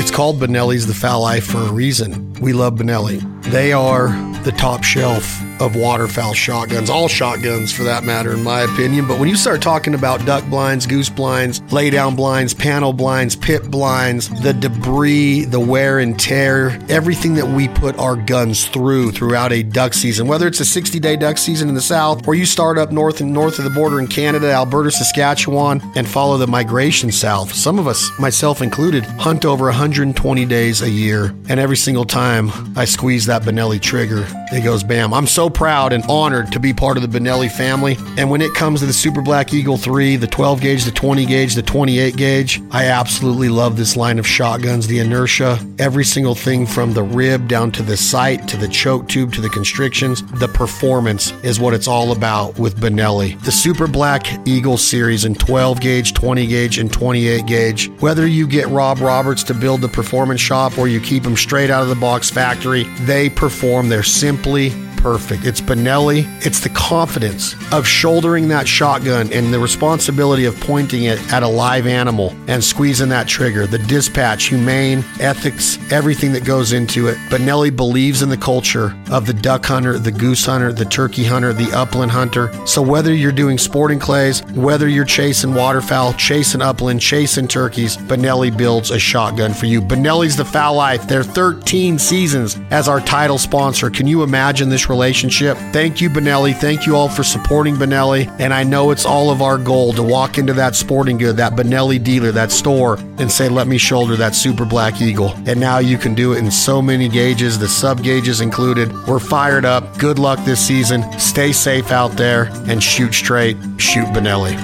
H: It's called Benelli's The Foul Life for a reason. We love Benelli. They are the top shelf of waterfowl shotguns, all shotguns for that matter, in my opinion. But when you start talking about duck blinds, goose blinds, lay down blinds, panel blinds, pit blinds, the debris, the wear and tear, everything that we put our guns through throughout a duck season, whether it's a 60 day duck season in the south or you start up north and north of the border in Canada, Alberta, Saskatchewan, and follow the migration south. Some of us, myself included, hunt over 120 days a year. And every single time I squeeze that Benelli trigger, it goes bam. I'm so proud and honored to be part of the Benelli family. And when it comes to the Super Black Eagle 3, the 12 gauge, the 20 gauge, the 28 gauge, I absolutely love this line of shotguns. The inertia, every single thing from the rib down to the sight, to the choke tube, to the constrictions, the performance is what it's all about with Benelli. The Super Black Eagle series in 12 gauge, 20 gauge, and 28 gauge. Whether you get Rob Roberts to build the performance shop or you keep them straight out of the box factory, they perform. They're simply perfect. It's Benelli. It's the confidence of shouldering that shotgun and the responsibility of pointing it at a live animal and squeezing that trigger. The dispatch, humane, ethics, everything that goes into it. Benelli believes in the culture of the duck hunter, the goose hunter, the turkey hunter, the upland hunter. So whether you're doing sporting clays, whether you're chasing waterfowl, chasing upland, chasing turkeys, Benelli builds a shotgun for you. Benelli's the foul life. They're 13 seasons as our title sponsor. Can you imagine this relationship? Thank you, Benelli. Thank you all for supporting Benelli. And I know it's all of our goal to walk into that sporting good, that Benelli dealer, that store, and say, let me shoulder that Super Black Eagle. And now you can do it in so many gauges, the sub gauges included. We're fired up. Good luck this season. Stay safe out there and shoot straight. Shoot Benelli.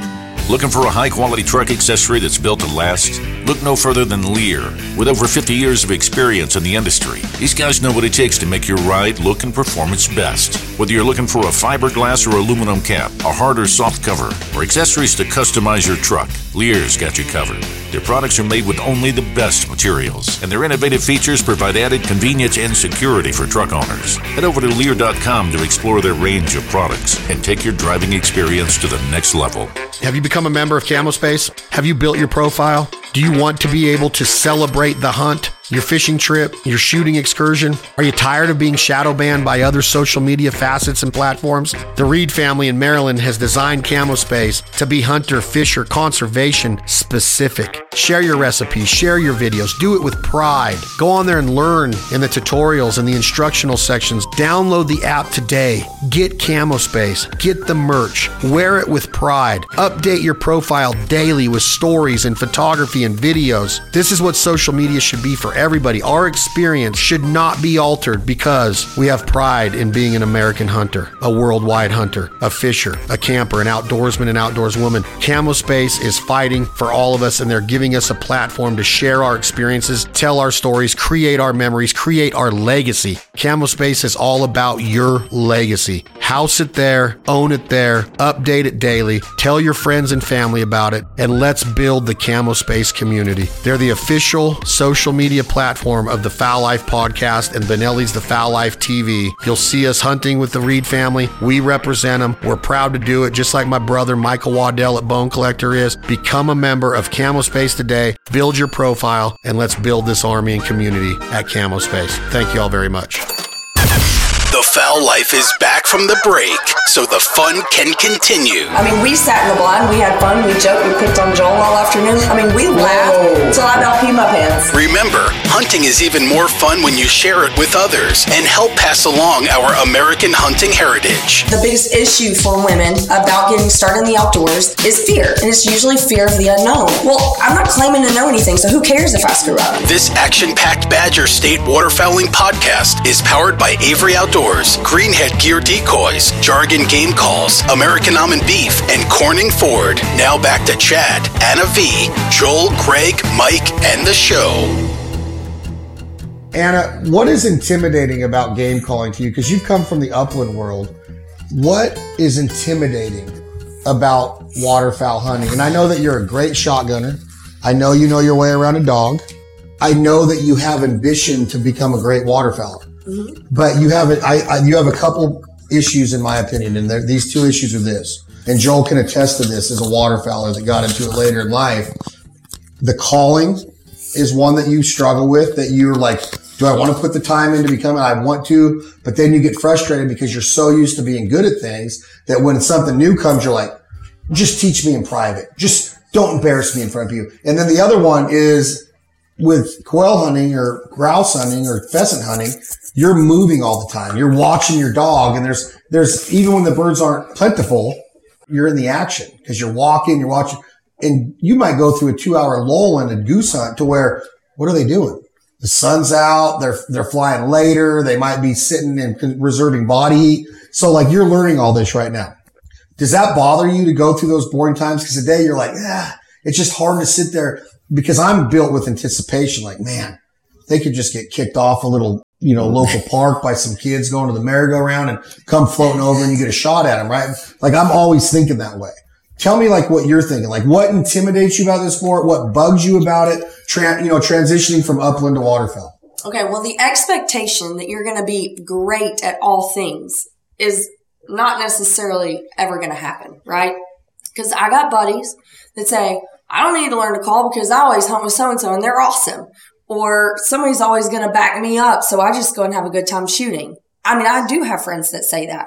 I: Looking for a high quality truck accessory that's built to last? Look no further than Lear. With over 50 years of experience in the industry, these guys know what it takes to make your ride look and perform its best. Whether you're looking for a fiberglass or aluminum cap, a hard or soft cover, or accessories to customize your truck, Lear's got you covered. Their products are made with only the best materials, and their innovative features provide added convenience and security for truck owners. Head over to Lear.com to explore their range of products and take your driving experience to the next level.
H: Have you become a member of Camo Space? Have you built your profile? Do you want to be able to celebrate the hunt, your fishing trip, your shooting excursion? Are you tired of being shadow banned by other social media facets and platforms? The Reed family in Maryland has designed Camo Space to be hunter, fisher, conservation specific. Share your recipes, share your videos, do it with pride. Go on there and learn in the tutorials and the instructional sections. Download the app today. Get Camo Space, get the merch, wear it with pride. Update your profile daily with stories and photography and videos. This is what social media should be for everybody. Our experience should not be altered because we have pride in being an American hunter, a worldwide hunter, a fisher, a camper, an outdoorsman, an outdoorswoman. Camo Space is fighting for all of us, and they're giving us a platform to share our experiences, tell our stories, create our memories, create our legacy. Camo Space is all about your legacy. House it there, own it there, update it daily, tell your friends and family about it, and let's build the Camo Space community. They're the official social media platform of the Foul Life podcast and Benelli's The Foul Life TV. You'll see us hunting with the Reed family. We represent them. We're proud to do it, just like my brother Michael Waddell at Bone Collector is. Become a member of Camo Space today, build your profile, and let's build this army and community at Camo Space. Thank you all very much.
A: The Foul Life is back from the break, so the fun can continue.
E: I mean, we sat in the blind, we had fun, we joked, we picked on Joel all afternoon. I mean, we laughed till I about pee my pants.
A: Remember, hunting is even more fun when you share it with others and help pass along our American hunting heritage.
E: The biggest issue for women about getting started in the outdoors is fear, and it's usually fear of the unknown. Well, I'm not claiming to know anything, so who cares if I screw up?
A: This action packed Badger State Waterfowling podcast is powered by Avery Outdoors, Greenhead Gear Decoys, Jargon Game Calls, American Almond Beef, and Corning Ford. Now back to Chad, Anna V, Joel, Greg, Mike, and the show.
D: Anna, what is intimidating about game calling to you? Because you've come from the upland world. What is intimidating about waterfowl hunting? And I know that you're a great shotgunner. I know you know your way around a dog. I know that you have ambition to become a great waterfowler. But you have a, I, I, you have a couple issues, in my opinion, and they're- these two issues are this. And Joel can attest to this as a waterfowler that got into it later in life. The calling is one that you struggle with that you're like, do I want to put the time in to become it? I want to, but then you get frustrated because you're so used to being good at things that when something new comes, you're like, just teach me in private. Just don't embarrass me in front of you. And then the other one is with quail hunting or grouse hunting or pheasant hunting, you're moving all the time. You're watching your dog and there's, there's even when the birds aren't plentiful, you're in the action because you're walking, you're watching, and you might go through a two hour lull in a goose hunt to where, what are they doing? The sun's out. They're, they're flying later. They might be sitting and con- reserving body heat. So like you're learning all this right now. Does that bother you to go through those boring times? Cause today you're like, yeah, it's just hard to sit there because I'm built with anticipation. Like, man, they could just get kicked off a little, you know, local park by some kids going to the merry-go-round and come floating over and you get a shot at them, right? Like I'm always thinking that way. Tell me like what you're thinking, like what intimidates you about this sport, what bugs you about it, tran you know, transitioning from upland to waterfowl.
E: Okay, well, the expectation that you're going to be great at all things is not necessarily ever going to happen, right? Because I got buddies that say, I don't need to learn to call because I always hunt with so and so and they're awesome. Or somebody's always going to back me up, so I just go and have a good time shooting. I mean, I do have friends that say that.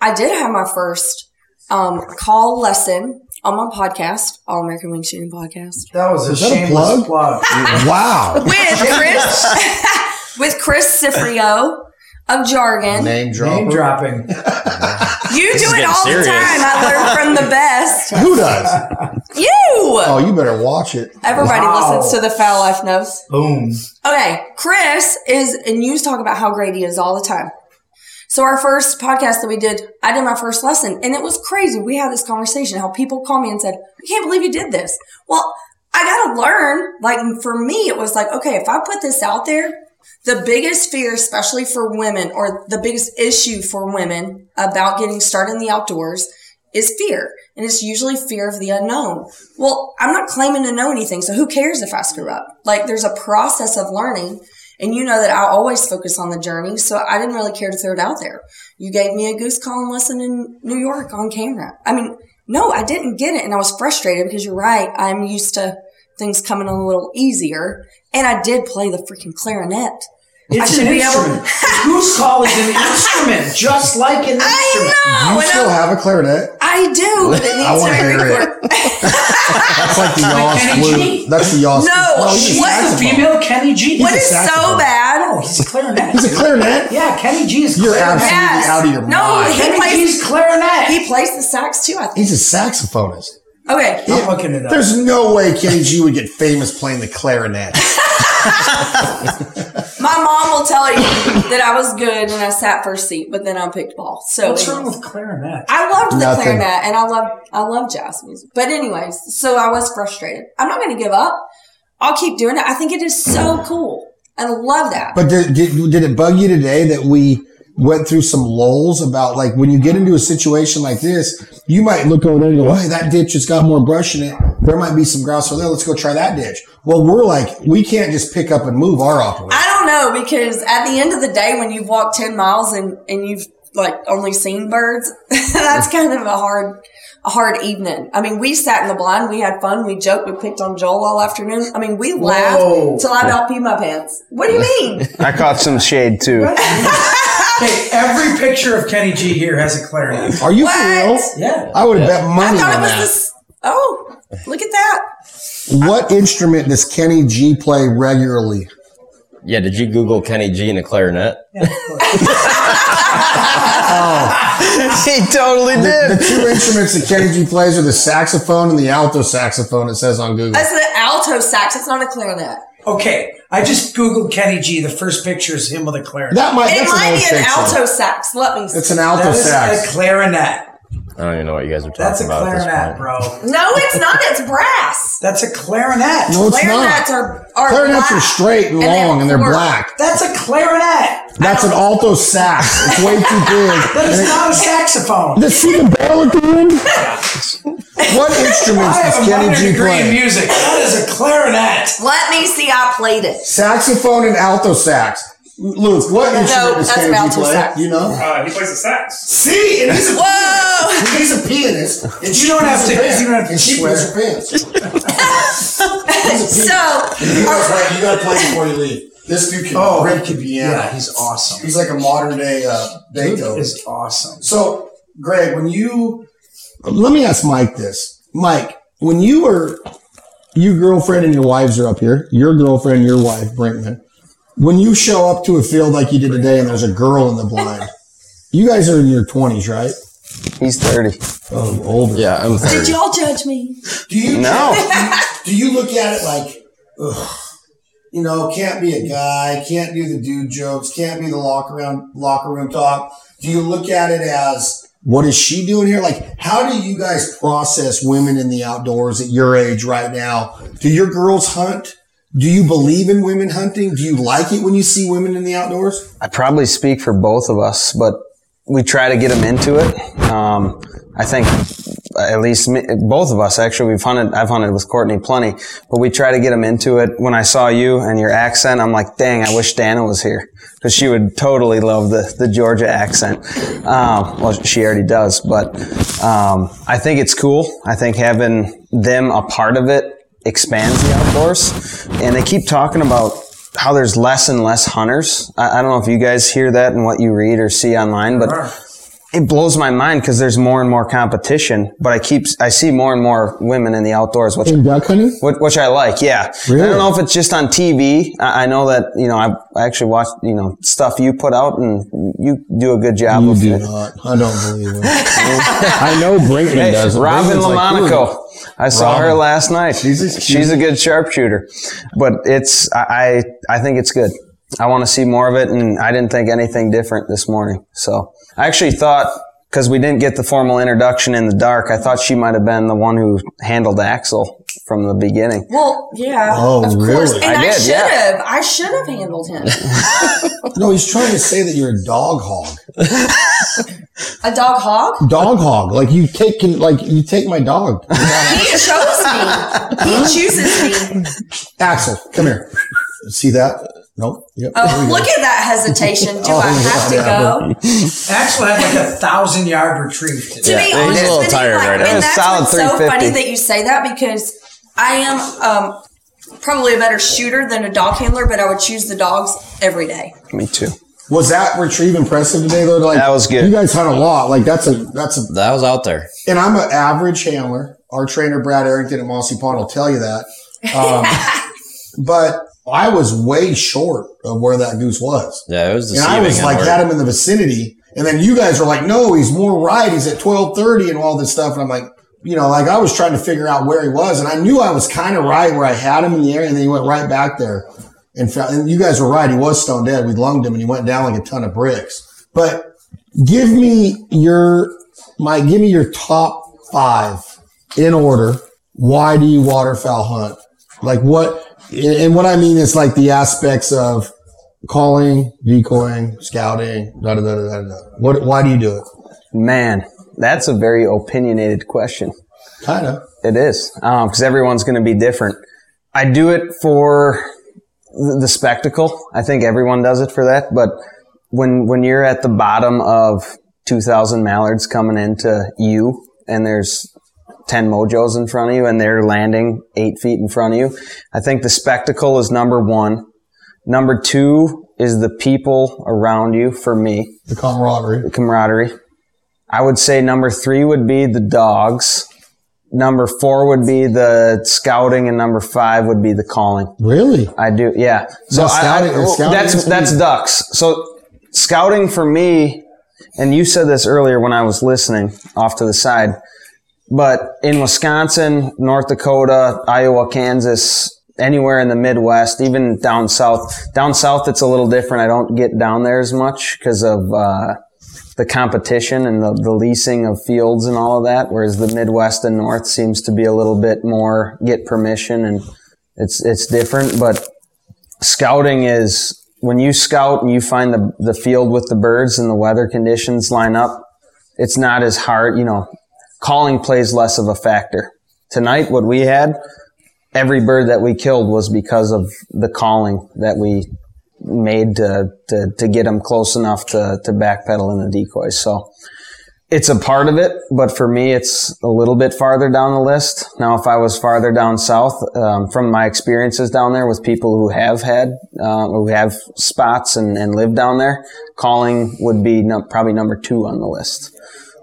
E: I did have my first um, call lesson on my podcast, All American Wing Shooting Podcast.
B: That was a
D: that a
B: shameless
D: plug?
B: plug.
D: Wow.
E: with Chris with Chris Cifrio of Jargon.
D: Name drop.
B: Name dropping.
E: You do it
C: getting
E: all
C: serious.
E: the time. I learn from the best.
D: Who does?
E: You.
D: Oh, you better watch it.
E: Everybody
B: Wow.
E: listens to the Foul Life knows.
B: Boom.
E: Okay, Chris is, and you talk about how great he is all the time. So our first podcast that we did, I did my first lesson, and it was crazy. We had this conversation how people called me and said, "I can't believe you did this." Well, I got to learn. Like for me, it was like, okay, if I put this out there, the biggest fear, especially for women, or the biggest issue for women about getting started in the outdoors is fear. And it's usually fear of the unknown. Well, I'm not claiming to know anything, so who cares if I screw up? Like there's a process of learning. And you know that I always focus on the journey, so I didn't really care to throw it out there. You gave me a goose calling lesson in New York on camera. I mean, no, I didn't get it, and I was frustrated because you're right. I'm used to things coming a little easier, and I did play the freaking clarinet.
B: It's
E: should
B: an
E: be able-
B: instrument. Goose call is an instrument, just like an instrument.
E: Oh, I know,
D: You
E: and
D: still
E: I'm-
D: have a clarinet?
E: I do, but it needs
D: I wanna
E: to
D: hear
E: be
D: it.
E: recorded.
D: That's like the Yoss
B: Kenny
D: flute.
B: G?
D: That's the Yoss Oh,
E: No,
D: he's a
E: what-
B: That's a
D: saxophone.
B: female Kenny G.
E: What
B: He's a
E: is so
D: saxophone.
B: Oh,
E: bad?
B: he's a clarinet.
D: He's a clarinet?
B: yeah, Kenny G is
D: You're
B: clarinet.
D: absolutely
E: Yes.
D: out of your
E: No,
D: mind.
E: He
B: Kenny
E: plays-
B: G's clarinet.
E: He plays the sax too, I think.
D: He's a saxophonist.
E: Okay.
B: I'm looking it up.
D: There's no way Kenny G would get famous playing the clarinet.
E: My mom will tell you that I was good and I sat first seat, but then I picked ball. So
J: What's wrong with clarinet?
E: I loved the
D: Nothing.
E: clarinet and I loved I love jazz music. But anyways, so I was frustrated. I'm not going to give up. I'll keep doing it. I think it is so cool. I love that.
D: But did, did, did it bug you today that we went through some lulls about like when you get into a situation like this, you might look over there and go, hey, that ditch has got more brush in it. There might be some grouse over there. Let's go try that ditch. Well, we're like, we can't just pick up and move our operation.
E: I don't know because at the end of the day, when you've walked 10 miles and, and you've like only seen birds, that's kind of a hard, a hard evening. I mean, we sat in the blind. We had fun. We joked. We picked on Joel all afternoon. I mean, we laughed
J: Whoa.
E: till I about peed my pants. What do you mean?
H: I caught some shade too.
J: Hey, every picture of Kenny G here has a clarinet.
D: Are you
E: What?
D: for real?
J: Yeah.
D: I would have bet
E: I
D: money
E: thought
D: on
E: it was
D: that.
E: this. Oh, look at that.
D: What instrument does Kenny G play regularly?
C: Yeah, did you Google Kenny G and a clarinet?
H: he totally
D: The
H: did.
D: two instruments that Kenny G plays are the saxophone and the alto saxophone, it says on Google.
E: That's an alto sax. It's not a clarinet.
J: Okay. I just Googled Kenny G. The first picture is him with a clarinet.
D: That might, Oh,
E: It
D: that's an
E: might
D: old
E: be an
D: picture.
E: alto sax. Let me see.
D: It's an alto
J: that is
D: sax.
J: a clarinet.
C: I don't even know what you guys are talking
J: That's a
C: about at this
J: clarinet,
C: point.
J: bro.
E: no, it's not. It's brass.
J: That's a clarinet.
D: No, it's not.
E: Clarinets are, are
D: Clarinets
E: black.
D: are straight and,
E: And they're
D: long, and they're
E: forked.
D: black.
J: That's a clarinet.
D: That's an alto sax. It's way too big.
J: That is not a saxophone.
D: Does see the barrel at the end? What instruments
J: I have
D: does
J: a minor
D: Kenny G
J: degree in
D: play?
J: music. That is a clarinet.
E: Let me see. I played it.
D: Saxophone and alto sax. Lewis, what instrument does
E: that's
D: Kenny
E: an
D: G
E: alto
D: play?
E: sax.
D: You know?
B: Uh, he plays the sax.
D: See, and he's a,
E: Whoa!
D: he's a pianist. And
J: You don't have to- you don't have to
D: And she
J: swear.
D: plays her pants. He's a
E: So,
D: pianist. He goes, "Right, you gotta play before you leave. This dude can
J: Oh.
D: break the piano.
J: Yeah, he's awesome.
D: He's like a modern day uh,
J: Dude
D: Beethoven.
J: is awesome.
D: So, Greg, when you let me ask Mike this, Mike, when you were your girlfriend and your wives are up here, your girlfriend, your wife, Brinkman, when you show up to a field like you did today and there's a girl in the blind, you guys are in your twenties, right?
H: He's 30.
D: Oh, older.
C: Yeah, I'm
E: did
C: 30.
E: y'all judge me?
D: Do you
H: No.
D: do you look at it like, ugh, you know, can't be a guy, can't do the dude jokes, can't be the locker room locker room talk? Do you look at it as what is she doing here? Like, how do you guys process women in the outdoors at your age right now? Do your girls hunt? Do you believe in women hunting? Do you like it when you see women in the outdoors?
B: I probably speak for both of us, but we try to get them into it. Um, I think uh, at least me, both of us actually we've hunted. I've hunted with Courtney plenty, but we try to get them into it. When I saw you and your accent, I'm like, dang, I wish Dana was here because she would totally love the the Georgia accent. Um, well, she already does, but um, I think it's cool. I think having them a part of it expands the outdoors, and they keep talking about how there's less and less hunters. I, I don't know if you guys hear that and what you read or see online, but it blows my mind because there's more and more competition. But I keep I see more and more women in the outdoors, which
D: duck hunting?
B: which, which I like. Yeah,
D: Mm. Really?
B: I don't know if it's just on TV. I, I know that you know I, I actually watched you know stuff you put out, and you do a good job
D: You
B: of
D: do
B: it.
D: not. Uh, I don't believe it.
H: I know Brinkman
B: Hey,
H: does. it.
B: Robin
H: Brinkman's like,
B: LaMonaco.
H: "Ooh."
B: I saw her last night.
D: She's a-
B: She's, a good sharpshooter, but it's I I I think it's good. I want to see more of it, and I didn't think anything different this morning. So I actually thought because we didn't get the formal introduction in the dark, I thought she might have been the one who handled Axel from the beginning.
E: Well, yeah.
D: Oh,
E: of course.
D: really?
E: And
B: I
E: I,
B: did,
E: should
B: yeah.
E: have. I should have handled him.
D: No, he's trying to say that you're a dog hog.
E: A dog hog?
D: Dog hog. Like you take can, like you take my dog.
E: He chose me. He chooses me.
D: Axel, come here. See that? Nope. Yep.
E: Oh, look at that hesitation.
D: Oh,
E: Do I have to go?
J: Axel had like a thousand yard retrieve today.
E: To be
C: he's a
E: honest,
C: little
E: with you,
C: tired
E: like,
C: right now.
E: and that's
B: Solid
E: what's so
B: 350.
E: funny that you say that because I am um, probably a better shooter than a dog handler, but I would choose the dogs every day.
B: Me too.
D: Was that retrieve impressive today though? Like
B: That was good.
D: You guys had a lot. Like that's a that's a
C: That was out there.
D: and I'm an average handler. Our trainer Brad Arrington at Mossy Pond will tell you that. Um, but I was way short of where that goose was.
C: Yeah, it was
D: And
C: deceiving.
D: I was like
C: where-
D: had him in the vicinity. And then you guys were like, no, he's more right. He's at 1230 and all this stuff. And I'm like, you know, like I was trying to figure out where he was and I knew I was kind of right where I had him in the area and then he went right back there. and found, and you guys were right. He was stone dead. We lunged him and he went down like a ton of bricks. But give me your, Mike, give me your top five in order. Why do you waterfowl hunt? Like what, and and what I mean is like the aspects of calling, decoying, scouting, da da da da da. da. What, why do you do it?
B: Man, that's a very opinionated question.
D: Kind of.
B: It is, because everyone's going to be different. I do it for th- the spectacle. I think everyone does it for that. But when when you're at the bottom of 2,000 mallards coming into you, and there's 10 mojos in front of you, and they're landing eight feet in front of you, I think the spectacle is number one. Number two is the people around you. For me,
D: the camaraderie.
B: The camaraderie. I would say number three would be the dogs. Number four would be the scouting, and number five would be the calling.
D: Really?
B: I do, yeah. So
D: No,
B: I-
D: scouting-
B: I, well,
D: scouting
B: that's
D: is-
B: that's ducks. So scouting for me, and you said this earlier when I was listening off to the side, but in Wisconsin, North Dakota, Iowa, Kansas, anywhere in the Midwest, even down south. Down south, it's a little different. I don't get down there as much because of. Uh, the competition and the, the leasing of fields and all of that, whereas the Midwest and North seems to be a little bit more get permission and it's it's different. But scouting is when you scout and you find the the field with the birds and the weather conditions line up. It's not as hard, you know. Calling plays less of a factor. Tonight, what we had, every bird that we killed was because of the calling that we made to, to, to get them close enough to, to backpedal in the decoys. So it's a part of it, but for me, it's a little bit farther down the list. Now, if I was farther down south, um, from my experiences down there with people who have had, uh, who have spots and, and live down there, calling would be num- probably number two on the list.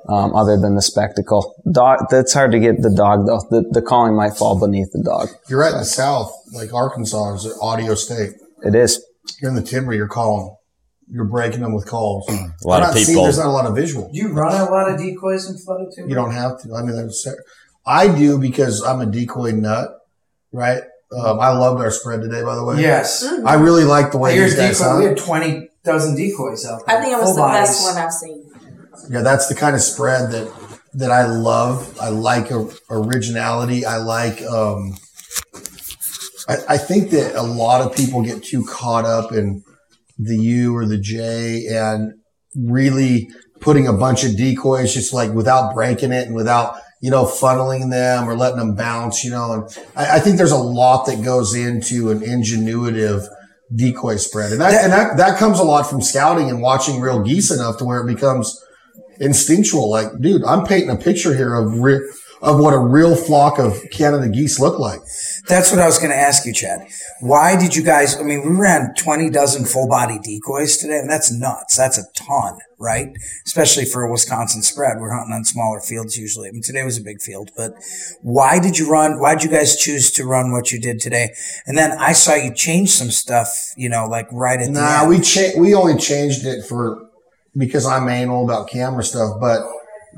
B: Um, other than the spectacle, dog, that's hard to get the dog though. The, the calling might fall beneath the dog.
D: You're right in the South, like Arkansas is an audio state.
B: It is.
D: You're in the timber, you're calling. You're breaking them with calls. a
C: Hmm. lot of people.
D: there's not a lot of visual.
K: You run a lot of decoys in flooded timber.
D: You don't have to. I mean, there's, I do because I'm a decoy nut, right? Um, I loved our spread today, by the way.
K: Yes.
D: I really like the way
K: Here's
D: you guys
K: decoy.
D: hunt.
K: We had twenty dozen decoys out.
E: I
K: there,
E: think it was
K: full
E: the best
K: bodies.
E: one I've seen.
D: Yeah, that's the kind of spread that that I love. I like or- originality. I like. Um, I, I think that a lot of people get too caught up in the U or the J and really putting a bunch of decoys just like without breaking it and without you know funneling them or letting them bounce. You know, and I, I think there's a lot that goes into an ingenuitive decoy spread, and that, and that that comes a lot from scouting and watching real geese enough to where it becomes instinctual. Like, dude, I'm painting a picture here of re- of what a real flock of Canada geese look like.
K: That's what I was going to ask you, Chad. Why did you guys? I mean, we ran 20 dozen full body decoys today, and that's nuts. That's a ton, right? Especially for a Wisconsin spread. We're hunting on smaller fields usually. I mean, today was a big field, but why did you run? Why did you guys choose to run what you did today? And then I saw you change some stuff, you know, like right at the
D: Nah,
K: end.
D: we cha- we only changed it for because I'm anal about camera stuff, but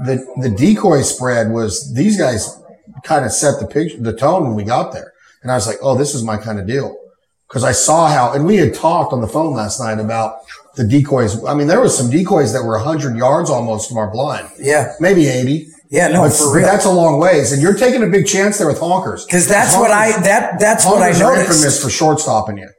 D: the the decoy spread was these guys kind of set the picture the tone when we got there. And I was like, oh, this is my kind of deal. Cause I saw how, and we had talked on the phone last night about the decoys. I mean, there was some decoys that were hundred yards almost from our blind.
K: Yeah.
D: Maybe 80.
K: Yeah, no,
D: But
K: for real.
D: That's a long ways. And you're taking a big chance there with honkers.
K: Because that's what I
D: Honkers-
K: that that's what I
D: Honkers are
K: noticed.
D: infamous for shortstopping you.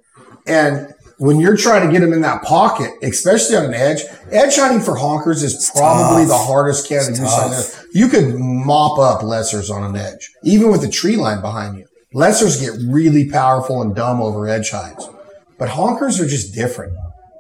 D: And when you're trying to get them in that pocket, especially on an edge, edge hunting for honkers is probably
K: tough.
D: the hardest can to do something. else. You could mop up lessers on an edge, even with the tree line behind you. Lessers get really powerful and dumb over edge hides, but honkers are just different.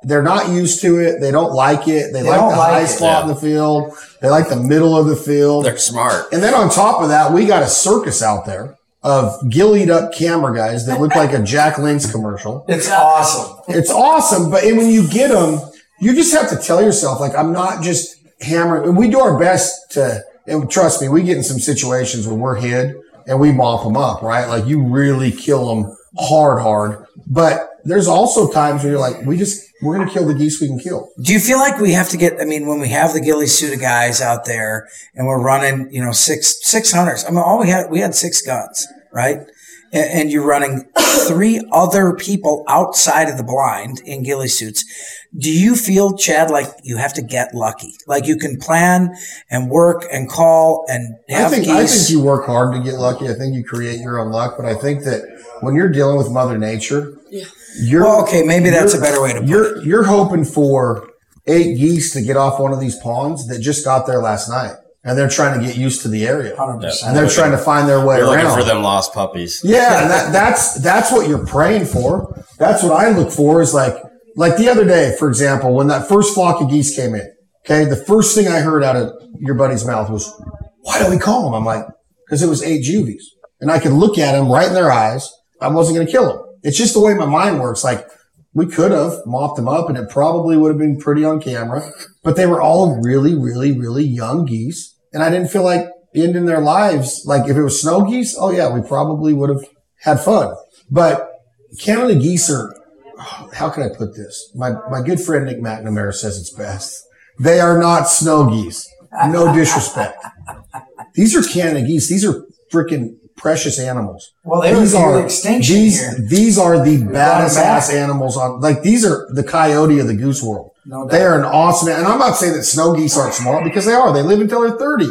D: They're not used to it. They don't like it. They, like
K: don't
D: the
K: like
D: high
K: it.
D: spot in the field. They like the middle of the field.
C: They're smart.
D: And then on top of that, we got a circus out there of gillied up camera guys that look like a Jack Links commercial.
K: It's awesome.
D: It's awesome, but and when you get them, you just have to tell yourself, like, I'm not just hammering. And we do our best to, and trust me, we get in some situations when we're hid and we mop them up, right? Like you really kill them hard, hard. But there's also times where you're like, we just, we're going to kill the geese we can kill.
K: Do you feel like we have to get? I mean, when we have the ghillie suit of guys out there and we're running, you know, six six hundreds. I mean, all we had we had six guns, right?
B: a- and you're running three other people outside of the blind in ghillie suits, do you feel, Chad, like you have to get lucky? Like you can plan and work and call and
D: I
B: have
D: think I
B: geese?
D: think you work hard to get lucky. I think you create your own luck, but I think that when you're dealing with Mother Nature, you're
B: Well, okay, maybe that's
D: you're-
B: a better way to put
D: you're, it. You're hoping for eight geese to get off one of these ponds that just got there last night, and they're trying to get used to the area, and they're trying to find their way
C: You're
D: around.
C: looking for them lost puppies.
D: Yeah, and that, that's that's what you're praying for. That's what I look for is like like the other day, for example, when that first flock of geese came in. Okay, the first thing I heard out of your buddy's mouth was, "Why do we call them?" I'm like, "Because it was eight juvies, and I could look at them right in their eyes. I wasn't going to kill them. It's just the way my mind works. Like we could have mopped them up, and it probably would have been pretty on camera, but they were all really, really, really young geese, and I didn't feel like ending their lives. Like if it was snow geese, oh yeah, we probably would have had fun. But Canada geese are, oh, how can I put this? My, my good friend Nick McNamara says it's best. They are not snow geese. No disrespect. These are Canada geese. These are freaking precious animals.
B: Well, they were
D: these
B: near extinction
D: these,
B: here.
D: these are the
B: brought 'em
D: baddest
B: back.
D: ass animals on, like these are the coyote of the goose world.
B: No doubt.
D: they are an awesome, and I'm not saying that snow geese aren't smart because they are. They live until they're 30.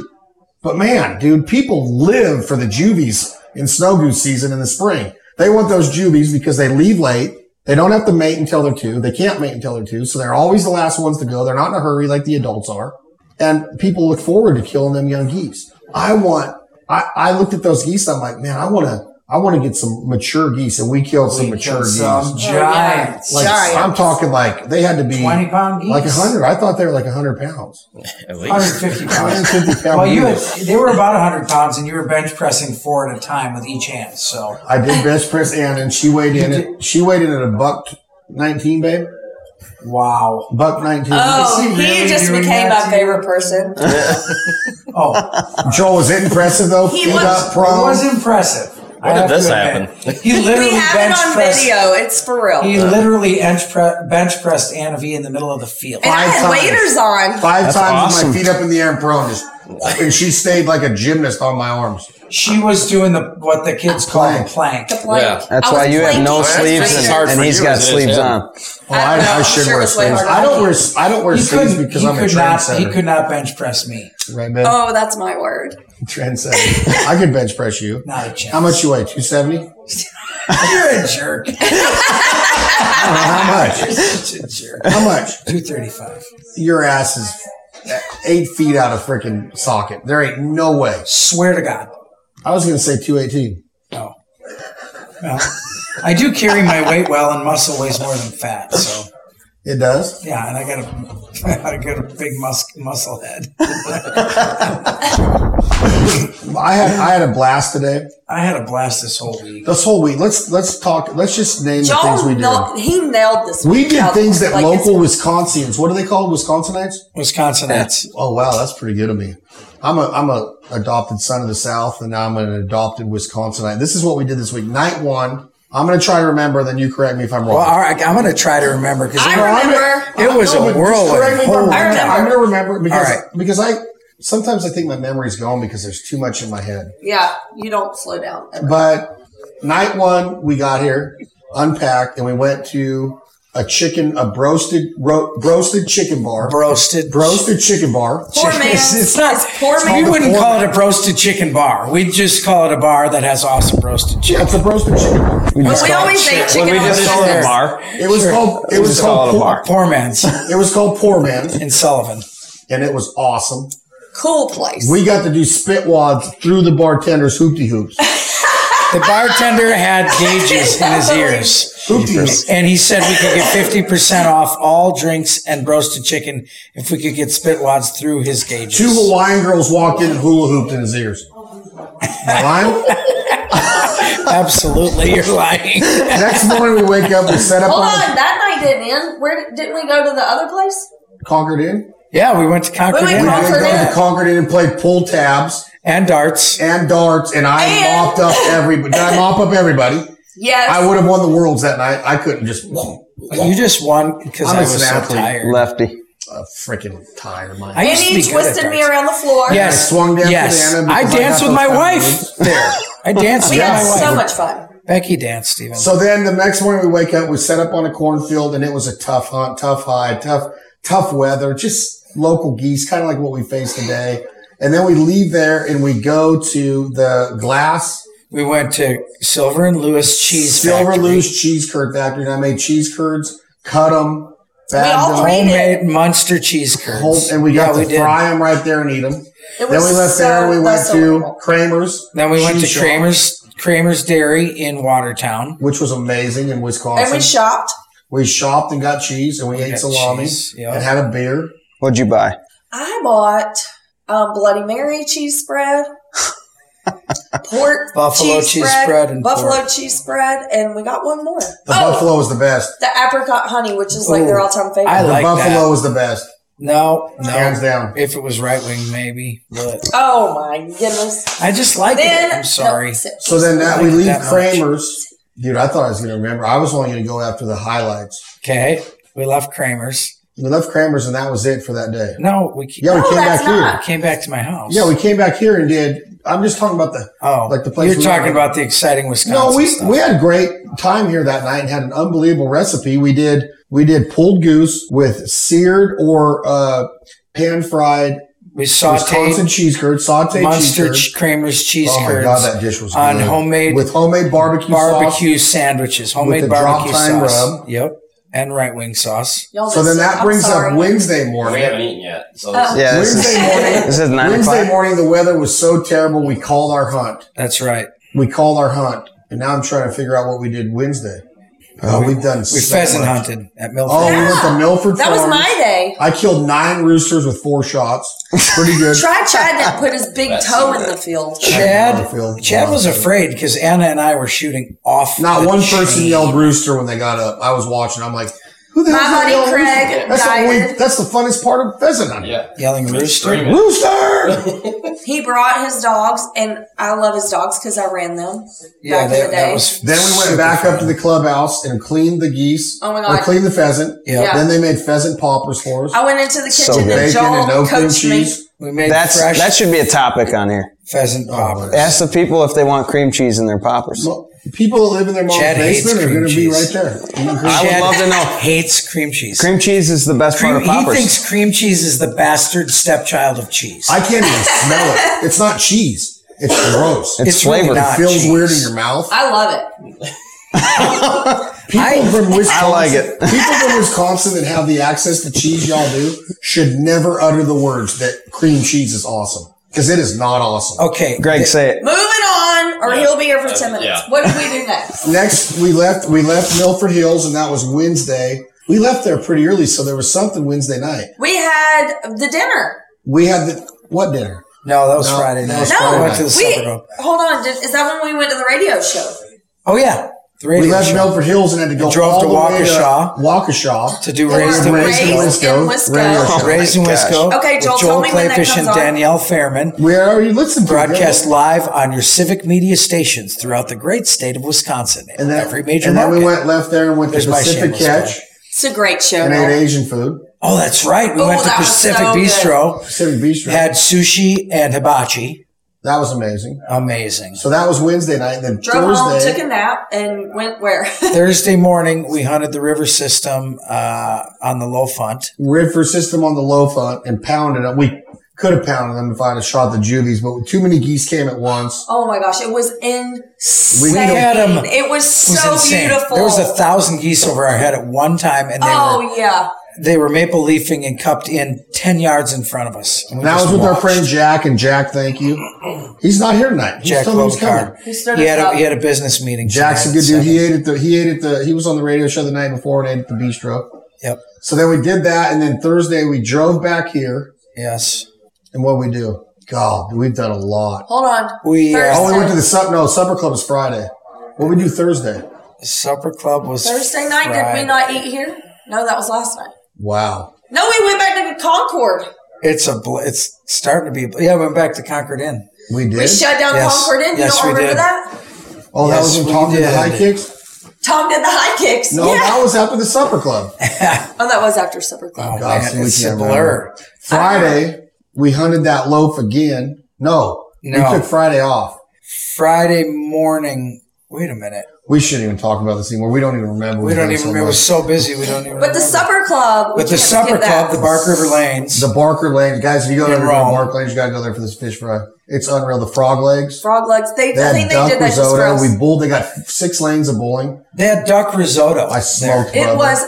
D: But man, dude, people live for the juvies in snow goose season in the spring. They want those juvies because they leave late. They don't have to mate until they're two. They can't mate until they're two. So they're always the last ones to go. They're not in a hurry like the adults are. And people look forward to killing them young geese. I want, I, I looked at those geese. I'm like, man, I want to, I want to get some mature geese and we killed some mature geese.
B: some giants.
D: Like,
B: Giants.
D: I'm talking like they had to be
B: 20 pound geese.
D: like 100. I thought they were like 100 pounds.
C: At
B: 150 pounds.
D: 150 pound
B: well, you had,
D: geese.
B: they were about 100 pounds, and you were bench pressing four at a time with each hand. So
D: I did bench press Ann, and she weighed in. At, she weighed in at a buck nineteen, babe.
B: Wow,
D: buck nineteen.
E: Oh,
B: Is he
E: he
B: really
E: just
B: doing
E: became
B: that
E: my favorite person.
D: Joel was it impressive though?
E: He
D: Feet
E: was-
D: up,
B: it
D: prone.
B: was impressive.
C: When did this happen?
B: He literally
E: We have it
B: bench
E: on
B: pressed.
E: video. It's for real.
B: He literally bench, pre- bench pressed Anna V in the middle of the field.
E: and I
D: five
E: had
D: times.
E: waiters on.
D: Five
C: That's
D: times
C: awesome.
D: with my feet up in the air and prone, just and she stayed like a gymnast on my arms.
B: She was doing the what the kids call the plank.
E: The plank.
C: Yeah.
L: That's
E: I was
L: why you have no
E: planking.
L: sleeves,
C: It's
L: and,
C: hard
L: and
C: for
L: he's
C: you
L: got
C: as it is
L: sleeves
C: him.
L: on.
D: Oh,
E: I
D: I,
E: don't know.
D: I
E: I'm
D: should
E: sure
D: wear
E: it's way
D: sleeves. I
E: harder
D: don't
E: than
D: wear
E: you.
D: s- I don't wear
B: He
D: sleeves
B: couldn't.
D: because
B: he
D: I'm a
B: could not. He
D: trendsetter.
B: could not bench press me.
D: Right, babe?
E: Oh, that's my word.
D: Trendsetter. I could bench press you.
B: Not a chance.
D: How much you weigh? Two seventy.
B: You're a jerk.
D: How much?
B: Such a jerk.
D: How much?
B: Two thirty-five.
D: Your ass is eight feet out of freaking socket. There ain't no way.
B: Swear to God.
D: I was gonna say two eighteen.
B: No. No. I do carry my weight well, and muscle weighs more than fat. So
D: It does.
B: yeah, and I got a, I got a big mus- muscle head.
D: I had I had a blast today.
B: I had a blast this whole week.
D: This whole week. Let's let's talk. Let's just name the things
E: Joel,
D: we
E: nailed-
D: did.
E: he nailed this.
D: We
E: week
D: did
E: out.
D: things that
E: Like, it's-
D: local Wisconsinians. What do they call Wisconsinites?
B: Wisconsinites.
D: Oh wow, that's pretty good of me. I'm a I'm a adopted son of the South, and now I'm an adopted Wisconsinite. This is what we did this week. Night one. I'm gonna try to remember. Then you correct me if I'm wrong.
B: Well, all right, I'm going to try to remember because
E: I remember.
B: it was
D: No, but
B: a
D: just
B: whirlwind.
D: correct me if I'm
B: Holy
D: wrong.
E: I remember.
D: I'm gonna remember it because
B: All right.
D: because I sometimes I think my memory's gone because there's too much in my head.
E: Yeah, you don't slow down. ever.
D: But night one, we got here, unpacked, and we went to a chicken, a broasted, ro- broasted chicken bar,
B: broasted.
D: broasted chicken bar.
E: Poor man.
B: It's, it's not.
E: It's poor
B: We
E: man's-
B: wouldn't call it a broasted chicken bar. We'd just call it a bar that has awesome broasted chicken.
D: Yeah, it's a broasted chicken bar.
E: But we always ate chicken
C: we
E: on
C: just
E: the
C: saw the
E: Sundays.
C: bar.
D: It was called. It was
C: just call it
D: called.
C: a
D: Poor,
C: bar.
B: Poor man's
D: it was called Poor Man,
B: in Sullivan.
D: and it was awesome.
E: Cool place.
D: We got to do spit wads through the bartender's hoopty hoops.
B: The bartender had gauges in his ears,
D: Hoopty hoops.
B: and he said we could get fifty percent off all drinks and broasted chicken if we could get spitwads through his gauges.
D: Two Hawaiian girls walked in and hula hooped in his ears. Am I lying?
B: Absolutely, you're lying.
D: Next morning we wake up, we set up
E: Hold
D: on
E: on, that night didn't end. Where didn't we go to the other place?
D: Concord Inn.
B: yeah, we went to Concord
E: Wait, wait,
B: Inn
D: We
E: Concord
D: went
E: Inn.
D: down to Concord Inn and played pool tabs
B: and darts.
D: and darts, and I
E: And-
D: mopped up everybody. Did I mop up everybody?
E: Yes.
D: I would have won the worlds that night. I couldn't just.
B: You just won because
D: I'm
B: I
D: a
B: was so
D: athlete.
B: tired.
L: Lefty.
D: a freaking tire. My
B: I used to
E: He
B: be good at
E: twisted me
B: darts.
E: around the floor.
B: Yes,
D: I swung down to
B: yes.
D: the end
B: I
D: because I
B: danced
D: got
B: with my
D: those
B: wife there. I danced
E: We
B: with my
E: had
B: wife.
E: so much fun.
B: Becky danced even.
D: So then the next morning we wake up, we set up on a cornfield, and it was a tough hunt, tough hide, tough, tough weather, just local geese, kind of like what we faced today. And then we leave there and we go to the glass
B: we went to Silver and Lewis Cheese
D: Silver
B: Factory.
D: Loose Cheese Curd Factory, and I made cheese curds, cut them,
E: all
D: bagged them,
E: three
B: Homemade Munster cheese curds.
D: and we got
B: yeah, we
D: to
B: did.
D: fry them right there and eat them.
E: It
D: Then we
E: was
D: left
E: so
D: there and we went to
E: delightful.
D: Kramer's.
B: Then we went to
D: Cheese Shop,
B: Kramer's Kramer's Dairy in Watertown.
D: which was amazing in Wisconsin.
E: And we shopped.
D: We shopped and got cheese, and we, ate
B: got
D: salami
B: cheese, yeah.
D: and had a beer.
C: What'd you buy?
E: I bought um, Bloody Mary cheese spread, pork
B: Buffalo cheese spread and
E: buffalo
B: pork.
E: cheese spread, and we got one more. Oh,
D: The buffalo was the best.
E: the apricot honey, which is like their
B: Ooh,
E: all-time favorite.
B: I
D: The
B: like
D: buffalo
B: that.
D: was the best,
B: No, no.
D: hands down.
B: If it was right wing, maybe. But
E: oh my goodness!
B: I just like
E: Then
B: it. I'm sorry.
E: no, sit-
D: So then that
B: I
D: we
B: like
D: leave
B: that much.
D: Kramer's. Dude, I thought I was going to remember. I was only going to go after the highlights.
B: Okay. We left Kramer's.
D: We left Kramer's, and that was it for that day.
B: No, we ca-
D: Yeah, we
E: No,
D: came
E: that's
D: back here.
E: not.
B: came back to my house.
D: Yeah, we came back here and did. I'm just talking about the
B: Oh,
D: like the place
B: You're
D: we
B: talking
D: were-
B: about the exciting Wisconsin.
D: No, we
B: stuff.
D: we had great time here that night and had an unbelievable recipe. We did we did pulled goose with seared or uh, pan fried
B: we
D: Wisconsin
B: sauteed
D: cheese curd, sauteed
B: Munster
D: cheese
B: Ch- Kramer's cheese
D: curd. Oh my
B: curds
D: god, that dish was
B: on
D: good.
B: homemade
D: with homemade barbecue,
B: barbecue sandwiches, homemade
D: the
B: barbecue
D: drop-time
B: sauce.
D: rub.
B: Yep, and right wing sauce.
E: Y'all
D: sauce. So then
E: just-
D: that
E: I'm
D: brings
E: sorry.
D: up Wednesday morning.
M: We haven't eaten yet. So
E: Uh,
C: Yeah, this is,
D: Wednesday morning.
C: this is nine
D: Wednesday
C: o'clock.
D: morning, the weather was so terrible. We called our hunt.
B: That's right.
D: We called our hunt, and now I'm trying to figure out what we did Wednesday. Oh, we've done
B: We
D: so
B: pheasant
D: much.
B: hunted at Milford.
D: Oh, we went to Milford.
E: That was
D: Farms.
E: my day.
D: I killed nine roosters with four shots. Pretty good.
E: Try Chad didn't put his big toe in the field.
D: I feel-
B: Chad, Chad was afraid because Anna and I were shooting off.
D: Not
B: the
D: one person
B: chain.
D: yelled rooster when they got up. I was watching. I'm like, who the
E: My
D: hell
E: buddy
D: yelled
E: Craig
D: rooster? That's the,
E: died.
D: only- that's the funnest part of pheasant hunting.
M: yeah.
B: yelling rooster.
D: Rooster!
E: He brought his dogs, and I love his dogs because I ran them.
B: Yeah,
E: Back
B: that,
E: in
B: that
E: the day.
B: was.
D: then we went
B: super
D: back
B: fun.
D: up to the clubhouse and cleaned the geese.
E: Oh my
D: Or
E: God.
D: cleaned the pheasant.
B: Yeah.
E: Yeah.
D: Then they made pheasant poppers for us.
E: I went into the kitchen
C: So
E: and
D: Bacon
E: Joel
D: and no cream
E: coached me.
D: cheese.
B: We made
C: That's
B: fresh
C: that should be a topic on here.
B: pheasant poppers.
C: Ask the people if they want cream cheese in their poppers.
D: Well, People that live in their mom's
B: Chad hates
D: basement are
B: cream
D: going to be
B: cheese.
D: right there. eating cream
C: I
B: Chad
C: would love to know.
B: Hates cream cheese.
C: Cream cheese is the best part
B: Cream-
C: of
B: he
C: poppers.
B: thinks cream cheese is the bastard stepchild of cheese.
D: I can't even smell it. It's not cheese. It's gross.
C: it's,
B: it's really
C: flavored.
B: not.
D: it feels
B: cheese.
D: weird in your mouth.
E: I love it.
D: People from Wisconsin,
C: I like it.
D: people from Wisconsin that have the access to cheese y'all do should never utter the words that cream cheese is awesome because it is not awesome.
B: Okay,
C: Greg, say it.
E: Moving on, or he'll be here for ten minutes. What did we do next?
D: Next, we left we left Milford Hills, and that was Wednesday. We left there pretty early, so there was something Wednesday night.
E: We had the dinner.
D: We had the what dinner?
B: No, that was
D: No,
B: Friday
D: that
B: night.
D: was
E: Friday
B: Oh, I went to the
D: night.
E: We
B: supper club.
E: hold on. Did, is that when we went to the radio show?
B: Oh yeah, the radio
D: we left
B: show.
D: Milford Hills and had to go
B: drove
D: all
B: to
D: the way
B: Waukesha.
D: to Waukesha
B: to do
E: We
B: raised
E: were
B: in
D: Raised in
B: Wisco.
D: Wisco.
E: Wisco.
D: Radio show.
C: Oh.
B: Raised in
C: my gosh.
B: Wisco.
E: Okay,
B: with
E: Joel, tell
B: Joel
E: me when that
B: Clayfish
E: comes
B: and
E: on.
B: Danielle Fairman.
D: Where are you listening to?
B: Broadcast live on your civic media stations throughout the great state of Wisconsin and
D: And then,
B: every major
D: and then
B: market.
D: we went left there and went
B: There's
D: to
B: my
D: Pacific
B: shameless
D: Catch
B: plug.
E: It's a great show.
D: and ate
E: y'all.
D: Asian food.
B: oh, that's right. We
E: Oh,
B: went to
E: that was
B: Pacific
E: so good.
B: Bistro,
D: Pacific Bistro.
B: had sushi and hibachi.
D: that was amazing.
B: Amazing.
D: So that was Wednesday night. And then
E: Drove home,
D: Thursday,
E: took a nap, and went where?
B: Thursday morning, we hunted the river system uh, on the low hunt.
D: River system on the low front and pounded them. We could have pounded them if I'd have shot the juvies, but too many geese came at once.
E: oh my gosh, it was insane.
B: had 'em. It
E: It was
B: was
E: so
B: insane.
E: beautiful.
B: There was a thousand geese over our head at one time, and they were
E: oh yeah.
B: they were maple leafing and cupped in 10 yards in front of us. And we
D: And that
B: just
D: was with our
B: watched.
D: friend Jack. And Jack, thank you. He's not here tonight. He's
B: Jack
D: told me he's coming.
B: Lovecar.
E: He stood
B: He, had
E: us
B: a-
E: up.
B: he had a business meeting.
D: Jack's a
B: tonight
D: good
B: at
D: dude. He
B: seven.
D: ate at the. He ate at the. He was on the radio show the night before and ate at the bistro.
B: Yep.
D: So then we did that, and then Thursday we drove back here.
B: Yes.
D: And what we do? God, we've done a lot.
E: Hold on.
B: We, uh,
D: Oh, we
E: Thursday,
D: went to the sub. No, supper club is Friday. What we do Thursday?
B: Supper Club was
E: Thursday night. Did
B: Friday.
E: we not eat here? No, that was last night.
D: Wow.
E: No, we went back to Concord.
B: It's a bl- it's starting to be. a bl- Yeah, we went back to Concord Inn.
D: We did.
E: We shut down
B: Yes.
E: Concord Inn. You
B: Yes,
E: don't
B: we
E: remember
B: did.
E: that?
D: oh, that
B: Yes,
D: was
B: we
D: when talking to
B: did.
D: the high kicks.
E: Tom did the high kicks.
D: No,
E: yeah.
D: that was after the supper club.
E: oh, that was after supper club.
D: Gosh,
B: man,
D: we
B: it's
D: can't
B: a
D: remember.
B: blur.
D: Friday, we hunted that loaf again. No,
B: No.
D: we took Friday off.
B: Friday morning. Wait a minute.
D: We shouldn't even talk about this anymore. We don't even remember.
B: We
D: We've
B: don't
D: done
B: even remember. It
D: much.
B: was so busy. We don't even.
E: But the supper club. we
B: But the
E: can't
B: supper
E: skip that.
B: club, the Bark River Lanes.
D: The Barker Lanes, guys. If you go
B: In
D: to the
B: Rome.
D: Barker Lanes, you got to go there for this fish fry. It's unreal. The frog legs.
E: Frog legs. They,
D: They
E: I
D: had
E: think they
D: duck
E: did that just for
D: risotto.
E: us.
D: We bowled. They got six lanes of bowling.
B: They had duck risotto.
D: I smoked.
E: It
D: brother.
E: was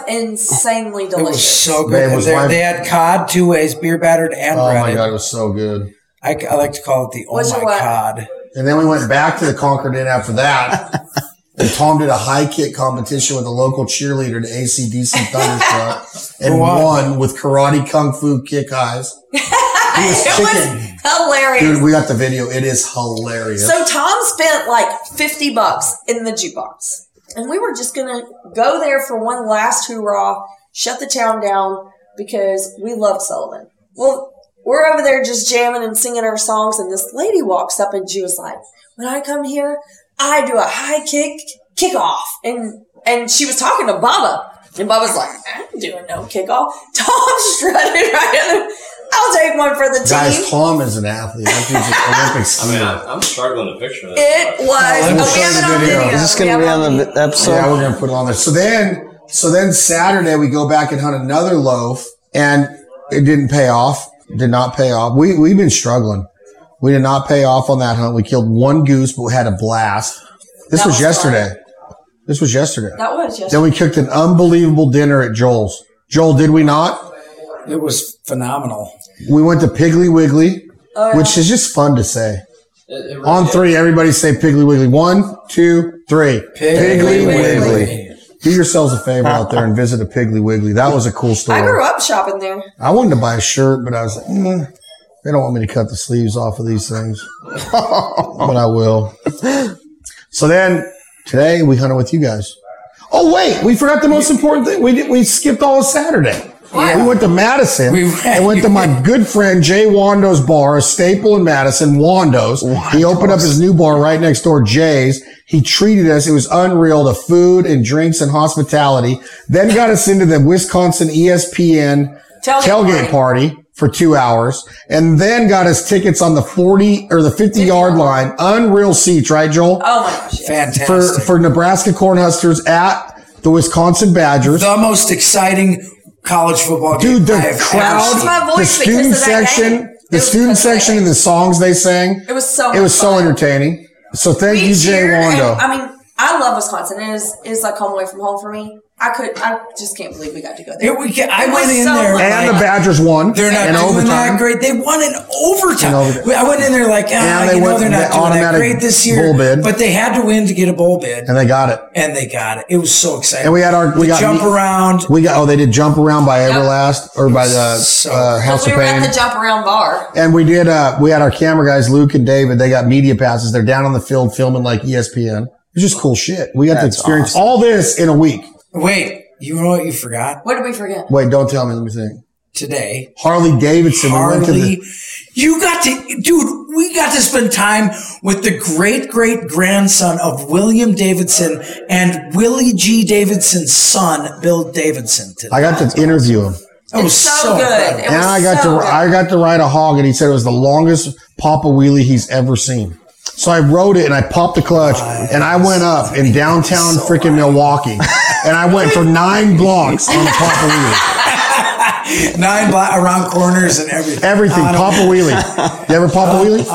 E: insanely
B: It was
E: delicious.
B: so
D: Man,
B: good.
D: it was
B: they,
D: my-
B: they had cod two ways, beer battered and
D: Oh my
B: breaded.
D: god, it was so good.
B: I, I like to call it the oh
E: Was it
B: my
E: what?
B: cod.
D: And then we went back to the Concord Inn after that. And Tom did a high kick competition with a local cheerleader to ACDC Thunderstruck and
B: Wow.
D: won with karate kung fu kick highs. He was
E: It
D: kicking.
E: was hilarious.
D: Dude, we got the video. It is hilarious.
E: So Tom spent like 50 bucks in the jukebox. And we were just going to go there for one last hoorah, shut the town down because we loved Sullivan. Well, we're over there just jamming and singing our songs. And this lady walks up and she was like, when I come here, I do a high kick kickoff. And, and she was talking to Bubba. And Bubba's like, I'm doing no kickoff. Tom strutted right in the, I'll take one for the team.
D: Guys, Tom is an athlete. That dude's an Olympic skier.
C: I'm struggling to picture that.
E: It was.
D: let me
E: oh, we
D: show
E: have
D: you
E: it
D: the
E: on
D: video.
E: video.
D: Is
L: this
E: We
L: going to
E: have
L: be
E: it
L: on the episode?
D: yeah, we're gonna put it on there. So then, so then Saturday we go back and hunt another loaf, and it didn't pay off. Did not pay off. We we've been struggling. We did not pay off on that hunt. We killed one goose, but we had a blast. This
E: That
D: was,
E: was
D: yesterday. This was yesterday.
E: That was just.
D: Then we cooked an unbelievable dinner at Joel's. Joel, did we not?
B: It was phenomenal.
D: We went to Piggly Wiggly,
E: Oh, yeah.
D: which is just fun to say. On three, everybody say Piggly Wiggly. One, two, three.
B: Piggly
L: Wiggly.
D: Do yourselves a favor out there and visit a Piggly Wiggly. That was a cool store.
E: I grew up shopping there.
D: I wanted to buy a shirt, but I was like, mm, they don't want me to cut the sleeves off of these things, but I will. So then today we hunted with you guys. Oh wait, we forgot the most important thing. We did, we skipped all of Saturday. We went to Madison
B: We-
D: and went to my good friend Jay Wando's bar, a staple in Madison, Wando's. He opened up his new bar right next door, Jay's. He treated us. It was unreal. The food and drinks and hospitality. Then got us into the Wisconsin E ESPN
E: Tailgate
D: tailgate party for two hours and then got us tickets on the 40 or the 50 yard line. Unreal seats, right, Joel?
E: Oh my gosh. yes.
B: Fantastic.
D: for, for Nebraska Cornhuskers at the Wisconsin Badgers.
B: the most exciting college football game.
D: Dude,
B: I
D: the
B: have ever
D: crowd,
E: Lost
B: seen.
E: my
D: the
E: voice because
D: student
E: of that game.
D: section,
E: It
D: the
E: was
D: student
E: because of that
D: section and
E: game.
D: the songs they sang.
E: It was so.
D: It was so
E: much fun.
D: entertaining. So thank
E: We
D: you, Jay
E: cheered, and-
D: Wando.
E: I mean, I love Wisconsin. It is is like home away from home for me. I could. I just can't believe we got to go there.
B: It, we, ca- I
E: It
B: went
E: was
B: in
E: so
B: there.
E: much
D: And
B: like,
D: the Badgers won.
B: They're not
D: in
B: doing
D: overtime.
B: that great. They won in overtime.
D: In overtime.
B: I went in there like, ah,
D: And they
B: you know,
D: went
B: they're
D: with
B: not doing that
D: the automatic
B: great this year.
D: bowl bid.
B: But they had to win to get a bowl bid,
D: And they got it.
B: and they got it. It was so exciting.
D: And we had our- we
B: The
D: got
B: jump
D: meat-
B: around.
D: We got, oh, they did Jump Around by Everlast or by the
B: So-
D: uh, House
E: We
D: of
E: were
D: Pain.
E: at the jump around bar.
D: And we did. Uh, we had our camera guys, Luke and David. They got media passes. They're down on the field filming like E ESPN. It's just cool shit. We got to
N: That's
D: experience all this in a week.
B: Wait, you know what you forgot
E: What did we forget?
D: Wait, don't tell me. Let me think.
B: today?
D: Harley Davidson. We went to
B: Harley.
D: the.
B: You got to, dude, we got to spend time with the great great grandson of William Davidson and Willie G. Davidson's son, Bill Davidson. Today.
D: I got to interview him,
B: That was
E: so good.
B: incredible.
E: It
D: and
E: was
D: I got
E: so
D: to.
E: good.
D: I got to ride a hog, and he said it was the longest Papa Wheelie he's ever seen. So I rode it and I popped the clutch and I went up in downtown freaking Milwaukee and I went for nine blocks on the Papa Wheelie.
B: Nine block around corners and everything.
D: Everything,
B: On a-
D: Papa Wheelie. You ever
B: Uh,
D: Papa Wheelie?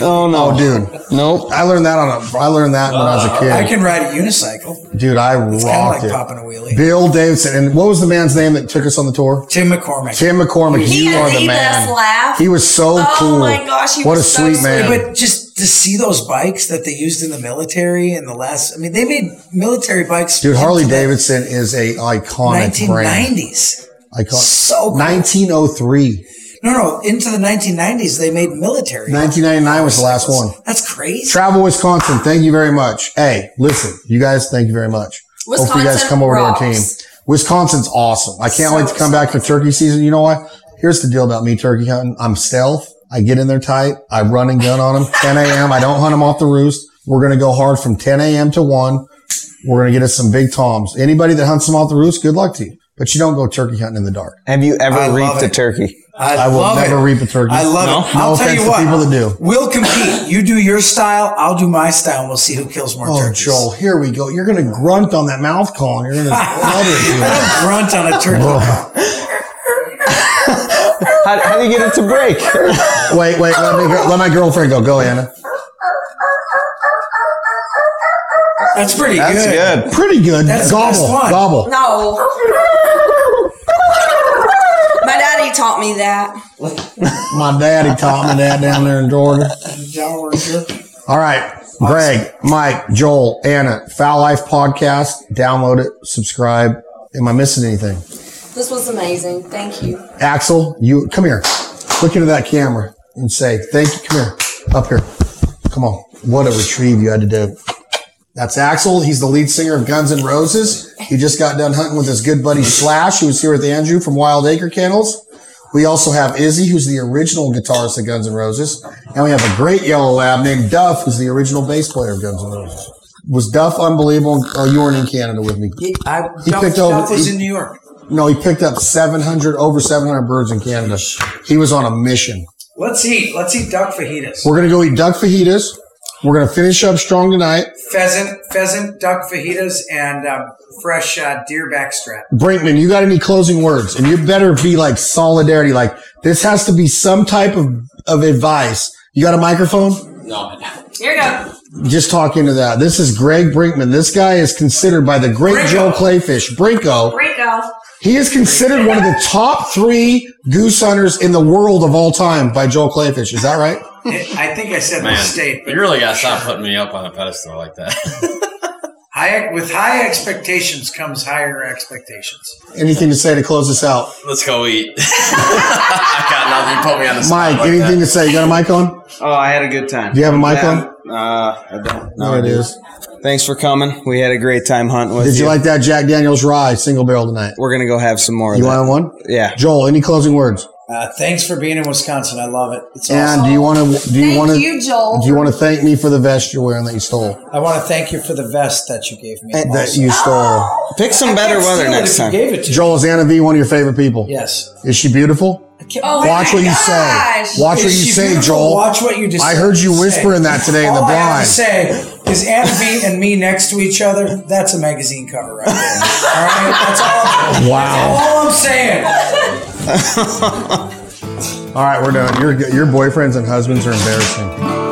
N: Oh no,
D: Oh, dude.
N: Nope.
D: I learned that on a. I learned that when I was a kid.
B: Uh, I can ride a unicycle.
D: dude, I
B: It's kind of
D: rocked
B: like
D: it.
B: popping a wheelie.
D: Bill Davidson, and what was the man's name that took us on the tour?
B: Tim McCormick.
D: Tim McCormick.
E: He
D: you
E: had
D: are
E: the
D: the man.
E: best laugh.
D: He was so
E: Oh
D: cool.
E: my gosh, he
D: what
E: was
D: a
E: so
D: sweet,
E: sweet.
D: man.
B: But just to see those bikes that they used in the military and the last, I mean, they made military bikes.
D: Dude, Harley
B: into the
D: Davidson is a iconic brand.
B: 1990s.
D: Icon-
B: So cool.
D: 1903.
B: No, no, into the 1990s, they made military.
D: 1999 was the last one.
B: That's crazy.
D: Travel Wisconsin, thank you very much. Hey, listen, you guys, thank you very much. Hopefully, you guys
E: Wisconsin
D: come over
E: rocks.
D: to our team. Wisconsin's awesome. I can't
E: So
D: wait to come back for
E: exciting.
D: turkey season. You know what? Here's the deal about me turkey hunting. I'm stealth. I get in there tight. I run and gun on them. 10 a.m. I don't hunt them off the roost. We're going to go hard from 10 a.m. to 1. We're going to get us some big toms. Anybody that hunts them off the roost, good luck to you. But you don't go turkey hunting in the dark.
L: Have you ever
D: I love
L: reaped a
D: it.
L: turkey?
D: I, will
B: love
D: never
B: it.
D: reap a turkey.
B: I love it.
D: No
B: I'll tell
D: offense
B: you
D: to
B: what.
D: people that do.
B: We'll compete. You do your style. I'll do my style. and We'll see who kills more
D: Oh,
B: turkeys.
D: Joel, here we go. You're going to grunt on that mouth call and you're going to
B: I don't grunt on a turkey.
L: How, how do you get it to break?
D: wait, wait. Let, me, let my girlfriend go. Go, Anna.
B: That's pretty
L: That's
B: good.
L: good.
D: Pretty good.
B: That's the
D: gobble.
B: best one.
D: Gobble.
E: No. My daddy taught me that.
D: My daddy taught me that down there in Georgia.
B: Y'all were good.
D: All right. Greg, Mike, Joel, Anna, Foul Life Podcast. Download it. Subscribe. Am I missing anything?
E: This was amazing. Thank you.
D: Axel, you come here. Look into that camera and say, thank you. Come here. Up here. Come on. What a retrieve you had to do. That's Axel. He's the lead singer of Guns N' Roses. He just got done hunting with his good buddy Slash, who was here with Andrew from Wild Acre Kennels. We also have Izzy, who's the original guitarist of Guns N' Roses. And we have a great yellow lab named Duff, who's the original bass player of Guns N' Roses. Was Duff unbelievable? Oh, you weren't in Canada with me.
B: He, I,
D: He
B: Duff,
D: picked
B: Duff
D: over-
B: was
D: he-
B: in New York.
D: No, he picked up 700, over 700 birds in Canada. He was on a mission.
B: Let's eat. Let's eat duck fajitas.
D: We're going to go eat duck fajitas. We're going to finish up strong tonight.
B: Pheasant, pheasant, duck fajitas, and um, fresh uh, deer backstrap.
D: Brinkman, you got any closing words? And you better be like solidarity. Like this has to be some type of, of advice. You got a microphone?
E: Here you go.
D: Just talk into that. This is Greg Brinkman. This guy is considered by the great
B: Brinko.
D: Joe Clayfish, Brinko.
E: Great golf.
D: He is considered one of the top three goose hunters in the world of all time by Joel Clayfish. Is that right?
B: I think I said
C: Man,
B: mistake. but
C: you really got to stop putting me up on a pedestal like that.
B: high, with high expectations comes higher expectations.
D: Anything to say to close this out?
C: Let's go eat. I got nothing. You put me on the spot
D: Mike,
C: like
D: anything
C: that.
D: to say? You got a mic on?
L: Oh, I had a good time.
D: Do you have a mic
L: Yeah, Uh, I don't. No,
D: There it
L: I do.
D: is.
L: Thanks for coming. We had a great time hunting with
D: Did you
L: you.
D: like that Jack Daniels rye single barrel tonight?
L: We're gonna go have some more. Of
D: You
L: that.
D: want one?
L: Yeah.
D: Joel, any closing words?
B: Uh, thanks for being in Wisconsin. I love it. It's awesome.
D: And do you want to? Do you
E: Thank
D: want to?
E: you, Joel.
D: Do you want to thank me for the vest you're wearing that you stole?
B: I want to thank you for the vest that you gave me.
D: That
B: also.
D: you stole.
L: Pick some
B: I
L: better
B: can't
L: weather
B: steal it
L: next
B: if you
L: time.
B: gave it to
D: Joel is Anna V one of your favorite people?
B: Yes.
D: Is she beautiful?
E: Oh my
D: Watch what you
E: gosh.
D: say. Watch what
B: Is
D: you
B: she
D: say,
B: beautiful?
D: Joel.
B: Watch what you just
D: I heard you whispering that today in the
B: All I have
D: blind.
B: to say is Anna B and me next to each other. That's a magazine cover right there. All right, that's all.
D: Wow.
B: All I'm saying.
D: All right, we're done. Your your boyfriends and husbands are embarrassing.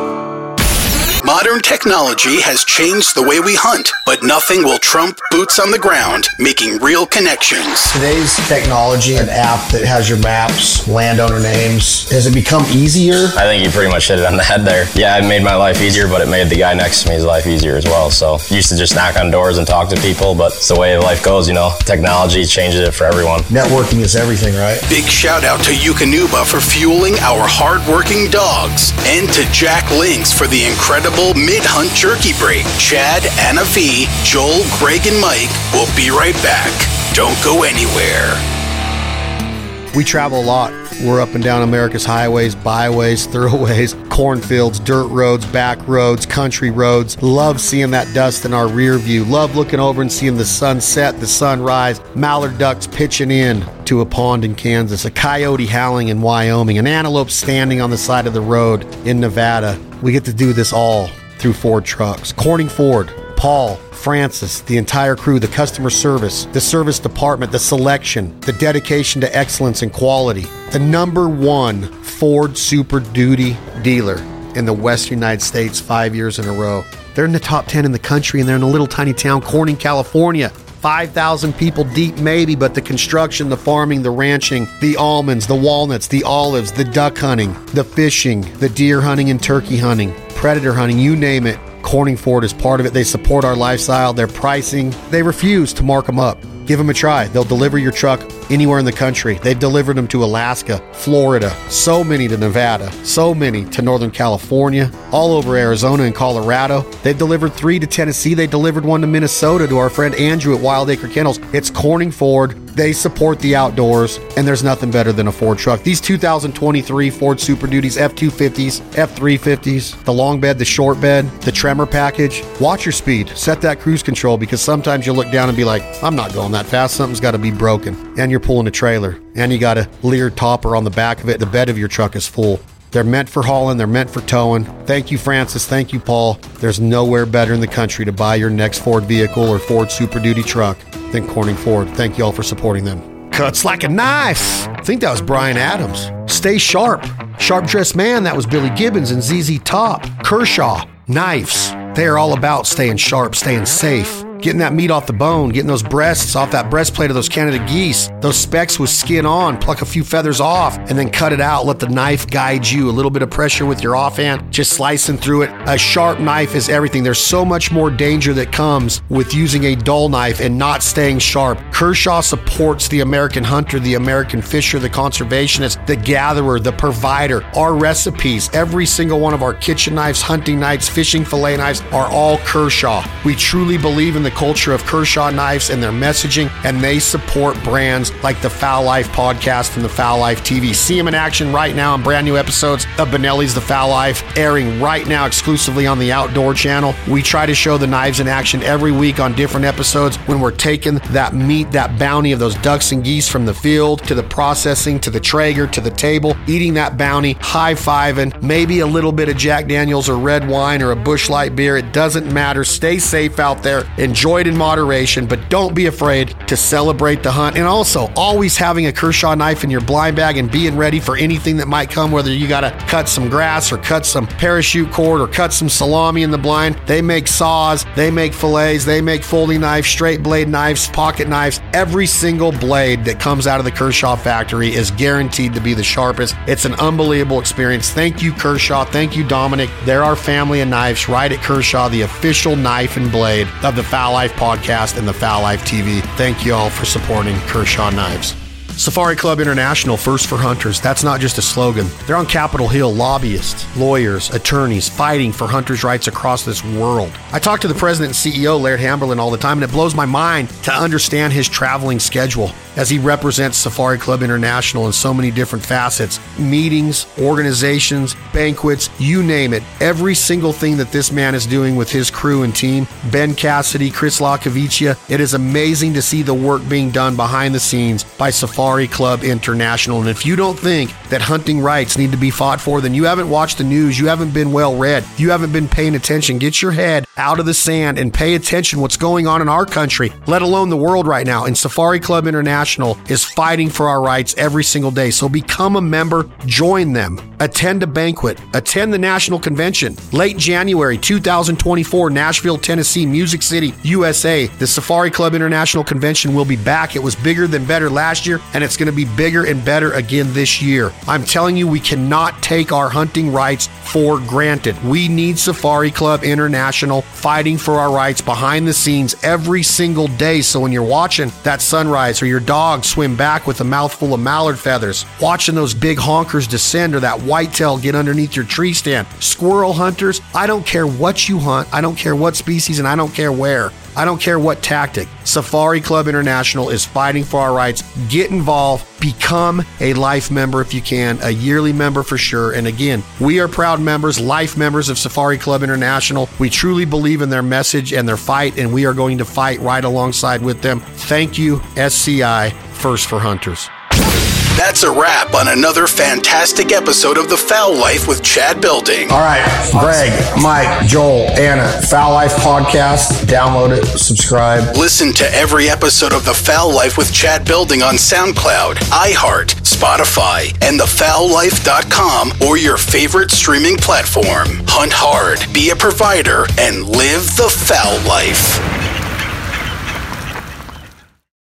A: Modern technology has changed the way we hunt, but nothing will trump boots on the ground, making real connections.
D: Today's technology, an app that has your maps, landowner names, has it become easier?
C: I think you pretty much hit it on the head there. Yeah, it made my life easier, but it made the guy next to me's life easier as well. So used to just knock on doors and talk to people, but it's the way life goes, you know. Technology changes it for everyone.
D: Networking is everything, right?
A: Big shout out to Yukonuba for fueling our hard-working dogs, and to Jack Links for the incredible mid-hunt jerky break. Chad, Anna V, Joel, Greg, and Mike will be right back. Don't go anywhere.
H: We travel a lot. We're up and down America's highways, byways, thoroughways, cornfields, dirt roads, back roads, country roads. Love seeing that dust in our rear view. Love looking over and seeing the sun set, the sun rise, mallard ducks pitching in to a pond in Kansas, a coyote howling in Wyoming, an antelope standing on the side of the road in Nevada. We get to do this all through Ford trucks. Corning Ford. Paul, Francis, the entire crew, the customer service, the service department, the selection, the dedication to excellence and quality. The number one Ford Super Duty dealer in the Western United States five years in a row. They're in the top 10 in the country and they're in a little tiny town, Corning, California. 5,000 people deep, maybe, but the construction, the farming, the ranching, the almonds, the walnuts, the olives, the duck hunting, the fishing, the deer hunting and turkey hunting, predator hunting, you name it. Corning Ford is part of it. They support our lifestyle, their pricing. They refuse to mark them up. Give them a try. They'll deliver your truck anywhere in the country. They've delivered them to Alaska, Florida, so many to Nevada, so many to Northern California, all over Arizona and Colorado. They've delivered three to Tennessee. They delivered one to Minnesota to our friend Andrew at Wild Acre Kennels. It's Corning Ford. They support the outdoors, and there's nothing better than a Ford truck. These 2023 Ford Super Duties, F 250s, F 350s, the long bed, the short bed, the tremor package. Watch your speed, set that cruise control because sometimes you'll look down and be like, I'm not going that fast. Something's got to be broken. And you're pulling a trailer, and you got a Lear topper on the back of it. The bed of your truck is full. They're meant for hauling, they're meant for towing. Thank you, Francis. Thank you, Paul. There's nowhere better in the country to buy your next Ford vehicle or Ford Super Duty truck than Corning Ford. Thank you all for supporting them. Cuts like a knife. I think that was Brian Adams. Stay sharp. Sharp Dressed Man, that was Billy Gibbons and ZZ Top. Kershaw, knives. They are all about staying sharp, staying safe getting that meat off the bone, getting those breasts off that breastplate of those Canada geese, those specks with skin on, pluck a few feathers off, and then cut it out. Let the knife guide you. A little bit of pressure with your offhand, just slicing through it. A sharp knife is everything. There's so much more danger that comes with using a dull knife and not staying sharp. Kershaw supports the American hunter, the American fisher, the conservationist, the gatherer, the provider. Our recipes, every single one of our kitchen knives, hunting knives, fishing fillet knives are all Kershaw. We truly believe in the culture of Kershaw knives and their messaging, and they support brands like the Foul Life podcast and the Foul Life TV. See them in action right now on brand new episodes of Benelli's The Foul Life, airing right now exclusively on the Outdoor Channel. We try to show the knives in action every week on different episodes when we're taking that meat, that bounty of those ducks and geese from the field to the processing to the Traeger to the table, eating that bounty, high fiving, maybe a little bit of Jack Daniels or red wine or a Bush Light beer. It doesn't matter. Stay safe out there. Enjoy it in moderation, but don't be afraid to celebrate the hunt. And also, always having a Kershaw knife in your blind bag and being ready for anything that might come, whether you got to cut some grass or cut some parachute cord or cut some salami in the blind. They make saws, they make fillets, they make folding knives, straight blade knives, pocket knives. Every single blade that comes out of the Kershaw factory is guaranteed to be the sharpest. It's an unbelievable experience. Thank you, Kershaw. Thank you, Dominic. They're our family of knives right at Kershaw, the official knife and blade of the Foul Life podcast and the Foul Life TV. Thank you all for supporting Kershaw Knives. Safari Club International, first for hunters. That's not just a slogan. They're on Capitol Hill, lobbyists, lawyers, attorneys fighting for hunters' rights across this world. I talk to the president and CEO, Laird Hamberlin, all the time, and it blows my mind to understand his traveling schedule as he represents Safari Club International in so many different facets meetings, organizations, banquets, you name it. Every single thing that this man is doing with his crew and team, Ben Cassidy, Chris Lacavicia, it is amazing to see the work being done behind the scenes by Safari Club International. And if you don't think that hunting rights need to be fought for, then you haven't watched the news, you haven't been well read, you haven't been paying attention. Get your head out of the sand and pay attention what's going on in our country, let alone the world right now. And Safari Club International is fighting for our rights every single day. So become a member, join them, attend a banquet, attend the national convention. Late January 2024, Nashville, Tennessee, Music City, USA. The Safari Club International Convention will be back. It was bigger than better last year, and it's going to be bigger and better again this year. I'm telling you, we cannot take our hunting rights for granted. We need Safari Club International fighting for our rights behind the scenes every single day. So when you're watching that sunrise or your dog swim back with a mouthful of mallard feathers, watching those big honkers descend or that whitetail get underneath your tree stand. Squirrel hunters, I don't care what you hunt, I don't care what species, and I don't care where. I don't care what tactic. Safari Club International is fighting for our rights. Get involved. Become a life member if you can, a yearly member for sure. And again, we are proud members, life members of Safari Club International. We truly believe in their message and their fight, and we are going to fight right alongside with them. Thank you, SCI, First for Hunters.
A: That's a wrap on another fantastic episode of The Foul Life with Chad Belding.
D: All right, Greg, Mike, Joel, Anna, Foul Life Podcast. Download it, subscribe.
A: Listen to every episode of The Foul Life with Chad Belding on SoundCloud, iHeart, Spotify, and thefoullife.com or your favorite streaming platform. Hunt hard, be a provider, and live the foul life.